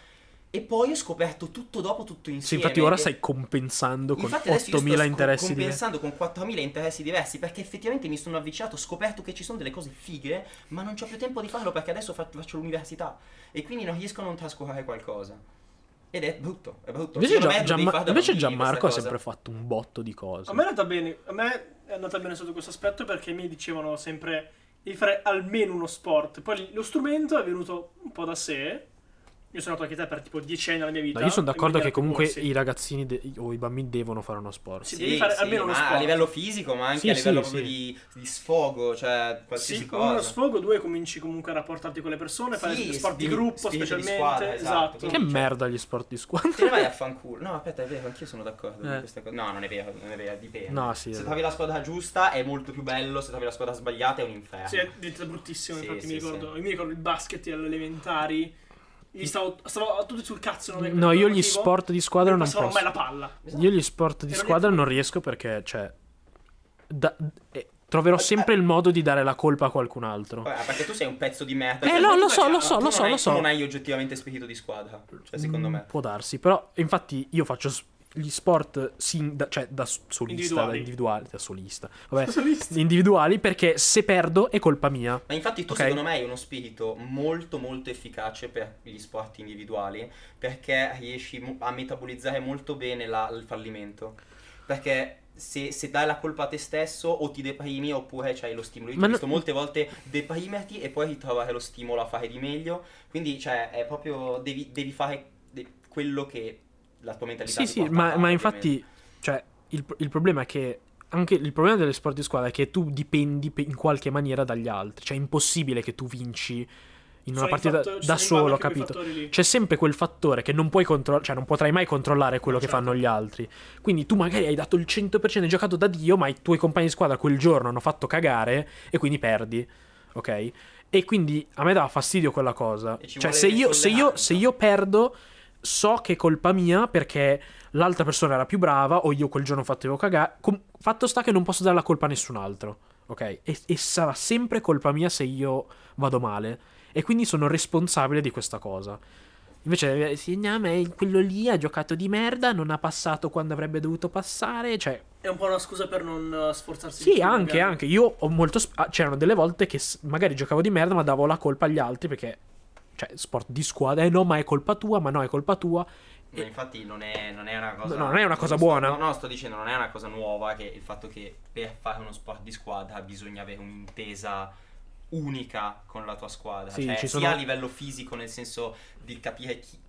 S2: E poi ho scoperto tutto dopo, tutto insieme.
S3: Sì, infatti ora
S2: E-
S3: stai compensando con
S2: Infatti adesso io sto
S3: 8000
S2: sc-
S3: interessi di...
S2: compensando con 4.000 interessi diversi perché effettivamente mi sono avvicinato, ho scoperto che ci sono delle cose fighe, ma non ho più tempo di farlo perché adesso fac- faccio l'università e quindi non riesco a non trascurare qualcosa. Ed è brutto, è brutto.
S3: Invece,
S2: Secondo
S3: Gian-
S2: me lo devi
S3: Gianma-
S2: fare da
S3: invece
S2: bambini,
S3: Gianmarco ha
S2: questa
S3: sempre
S2: cosa.
S3: fatto un botto di cose.
S1: A me è andata bene, a me è andata bene sotto questo aspetto perché mi dicevano sempre di fare almeno uno sport. Poi lo strumento è venuto un po' da sé. Io sono andato anche te per tipo 10 anni nella mia vita.
S3: No, io sono d'accordo che comunque i
S1: Sì,
S3: ragazzini de- o i bambini devono fare uno sport.
S1: Sì, devi fare almeno uno
S2: ma
S1: sport.
S2: a livello fisico, ma anche
S3: Sì,
S2: a livello
S3: sì,
S2: proprio
S3: sì.
S2: Di, di sfogo, cioè qualsiasi
S1: sì,
S2: cosa.
S1: uno sfogo, due cominci comunque a rapportarti con le persone, fare
S2: Sì,
S1: sport di
S2: spirito-
S1: gruppo
S2: spirito di
S1: specialmente.
S2: squadra, esatto.
S1: esatto.
S3: Che
S2: Cioè-
S3: merda gli sport di squadra.
S2: Te ne vai a fanculo. No, aspetta, è vero, anch'io sono d'accordo
S3: Eh.
S2: con questa cosa. No, non è vero, non è vero, dipende.
S3: No, sì, è
S2: Se
S3: vero.
S2: trovi la squadra giusta è molto più bello, se trovi la squadra sbagliata è un inferno.
S1: Sì, è diventata bruttissima,
S2: eh. Sì,
S1: infatti
S2: sì,
S1: mi ricordo. Io mi ricordo il basket alle elementari. Gli stavo, stavo tutti sul cazzo. non mi ricordo
S3: No, io
S1: il
S3: gli
S1: motivo.
S3: sport di squadra
S1: Non
S3: non
S1: passavano
S3: posso.
S1: mai la palla.
S3: Io gli sport di
S1: Ero
S3: squadra non riesco perché, cioè. da- eh, troverò sempre il modo di dare la colpa a qualcun altro.
S2: Vabbè, perché tu sei un pezzo di merda.
S3: Eh,
S2: Cioè,
S3: no,
S2: tu
S3: lo
S2: perché-
S3: so, lo
S2: no,
S3: so,
S2: tu
S3: lo
S2: non
S3: so,
S2: hai-
S3: lo so.
S2: Tu non hai oggettivamente spirito di squadra. Cioè, secondo
S3: Mm,
S2: me.
S3: Può darsi, però, infatti, io faccio s- gli sport sin- da- cioè da s- solista, da
S1: Individuali.
S3: individuale, da solista. Vabbè, [LAUGHS]
S1: Solista.
S3: individuali perché se perdo è colpa mia.
S2: Ma infatti tu
S3: Ok.
S2: secondo me hai uno spirito molto molto efficace per gli sport individuali perché riesci mo- a metabolizzare molto bene la- il fallimento. Perché se, se dai la colpa a te stesso o ti deprimi oppure c'hai lo stimolo. Io ti
S3: Ma
S2: ho
S3: no-
S2: visto molte volte deprimerti e poi ritrovare lo stimolo a fare di meglio. Quindi cioè è proprio devi, devi fare de- quello che la tua mentalità
S3: Sì,
S2: ti
S3: sì,
S2: porta a
S3: ma,
S2: fare,
S3: ma
S2: ovviamente.
S3: infatti, cioè, il, il problema è che. Anche il problema delle sport di squadra è che tu dipendi pe- in qualche maniera dagli altri. Cioè, è impossibile che tu vinci in una
S1: Sono i
S3: partita
S1: fattori-
S3: da
S1: sono in
S3: solo,
S1: ballo anche quei
S3: capito?
S1: fattori lì.
S3: C'è sempre quel fattore che non puoi controllare, cioè non potrai mai controllare quello
S1: No,
S3: che
S1: certo.
S3: fanno gli altri. Quindi tu magari hai dato il 100%, hai giocato da Dio, ma i tuoi compagni di squadra quel giorno hanno fatto cagare e quindi perdi, ok? E quindi a me dava fastidio quella cosa.
S2: E ci
S3: Cioè
S2: vuole
S3: se io, se, io,
S2: risollevarlo.
S3: se io perdo so che è colpa mia perché l'altra persona era più brava o io quel giorno facevo cagare. Com- fatto sta che non posso dare la colpa a nessun altro, ok? E- e sarà sempre colpa mia se io vado male. E quindi sono responsabile di questa cosa. Invece, eh, sì, no, ma quello lì ha giocato di merda, non ha passato quando avrebbe dovuto passare. Cioè,
S1: È un po' una scusa per non eh, sforzarsi di
S3: Sì,
S1: più,
S3: anche,
S1: magari.
S3: anche. Io ho molto. sp- ah, c'erano delle volte che s- magari giocavo di merda, ma davo la colpa agli altri perché. Cioè, sport di squadra. Eh no, ma è colpa tua, ma no, è colpa tua.
S2: Ma infatti non è, non è una cosa.
S3: No, non è una cosa
S2: sto-
S3: buona.
S2: No, no, sto dicendo, non è una cosa nuova che il fatto che per fare uno sport di squadra bisogna avere un'intesa unica con la tua squadra.
S3: Sì,
S2: cioè,
S3: ci
S2: sia
S3: sono-
S2: a livello fisico, nel senso di capire chi.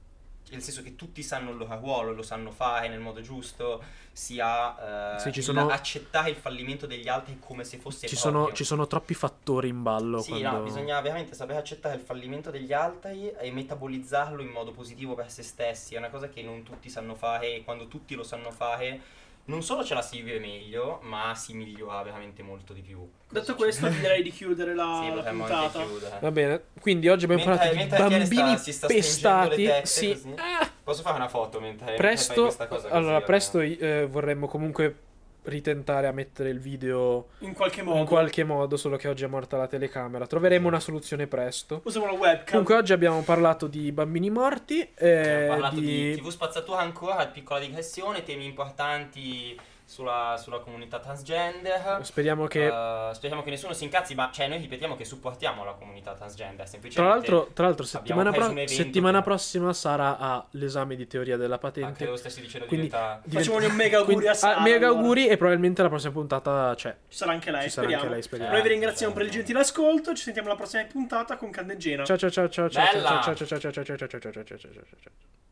S2: Nel senso che tutti sanno il loro ruolo, lo sanno fare nel modo giusto, sia eh,
S3: Sì, ci
S2: il-
S3: sono-
S2: accettare il fallimento degli altri come se fosse
S3: Ci
S2: proprio.
S3: sono, ci sono troppi fattori in ballo.
S2: Sì,
S3: quando...
S2: no, bisogna veramente sapere accettare il fallimento degli altri e metabolizzarlo in modo positivo per se stessi. È una cosa che non tutti sanno fare e quando tutti lo sanno fare, non solo ce la si vive meglio, ma si migliora veramente molto di più.
S1: Detto questo, [LAUGHS] direi di chiudere la,
S2: sì,
S1: la
S2: potremmo
S1: puntata.
S2: anche chiudere.
S3: Va bene, quindi oggi abbiamo
S2: Mentre-
S3: parlato di
S2: mentre Achille sta-
S3: bambini
S2: si sta stringendo le
S3: pestati.
S2: teste
S3: sì.
S2: così.
S3: Ah,
S2: Posso fare una foto mentre mentre fai
S3: presto,
S2: questa cosa? così,
S3: allora,
S2: almeno?
S3: presto eh, vorremmo comunque ritentare a mettere il video
S1: In qualche modo.
S3: in qualche modo, solo che oggi è morta la telecamera. Troveremo una soluzione presto.
S1: Usiamo la webcam.
S3: Comunque oggi abbiamo parlato di bambini morti, eh,
S2: Abbiamo parlato di...
S3: di-
S2: TV spazzatura ancora, piccola digressione, temi importanti sulla, sulla comunità transgender.
S3: Speriamo che...
S2: Eh, speriamo che nessuno si incazzi, ma cioè, noi ripetiamo che supportiamo la comunità transgender.
S3: Tra
S2: Semplicemente
S3: l'altro, tra l'altro
S2: abbiamo
S3: settimana,
S2: preso
S3: pro-
S2: un evento
S3: settimana
S2: che-
S3: prossima sarà all'esame di teoria della
S2: anche lo
S3: patente.
S2: stesso dicendo
S3: Quindi-
S2: diventa.
S3: diventa-
S1: Facciamogli un mega auguri
S3: Quindi-
S1: a Sara.
S3: ah, mega
S1: allora.
S3: auguri e probabilmente la prossima puntata c'è.
S1: Ci sarà anche lei,
S3: Ci sarà
S1: speriamo.
S3: anche lei, speriamo.
S1: Noi vi ringraziamo per il gentile ascolto. Ci sentiamo alla prossima puntata con Candeggina.
S3: Ciao ciao ciao ciao ciao
S2: Bella!
S3: ciao ciao ciao ciao ciao ciao ciao ciao ciao ciao ciao ciao ciao ciao.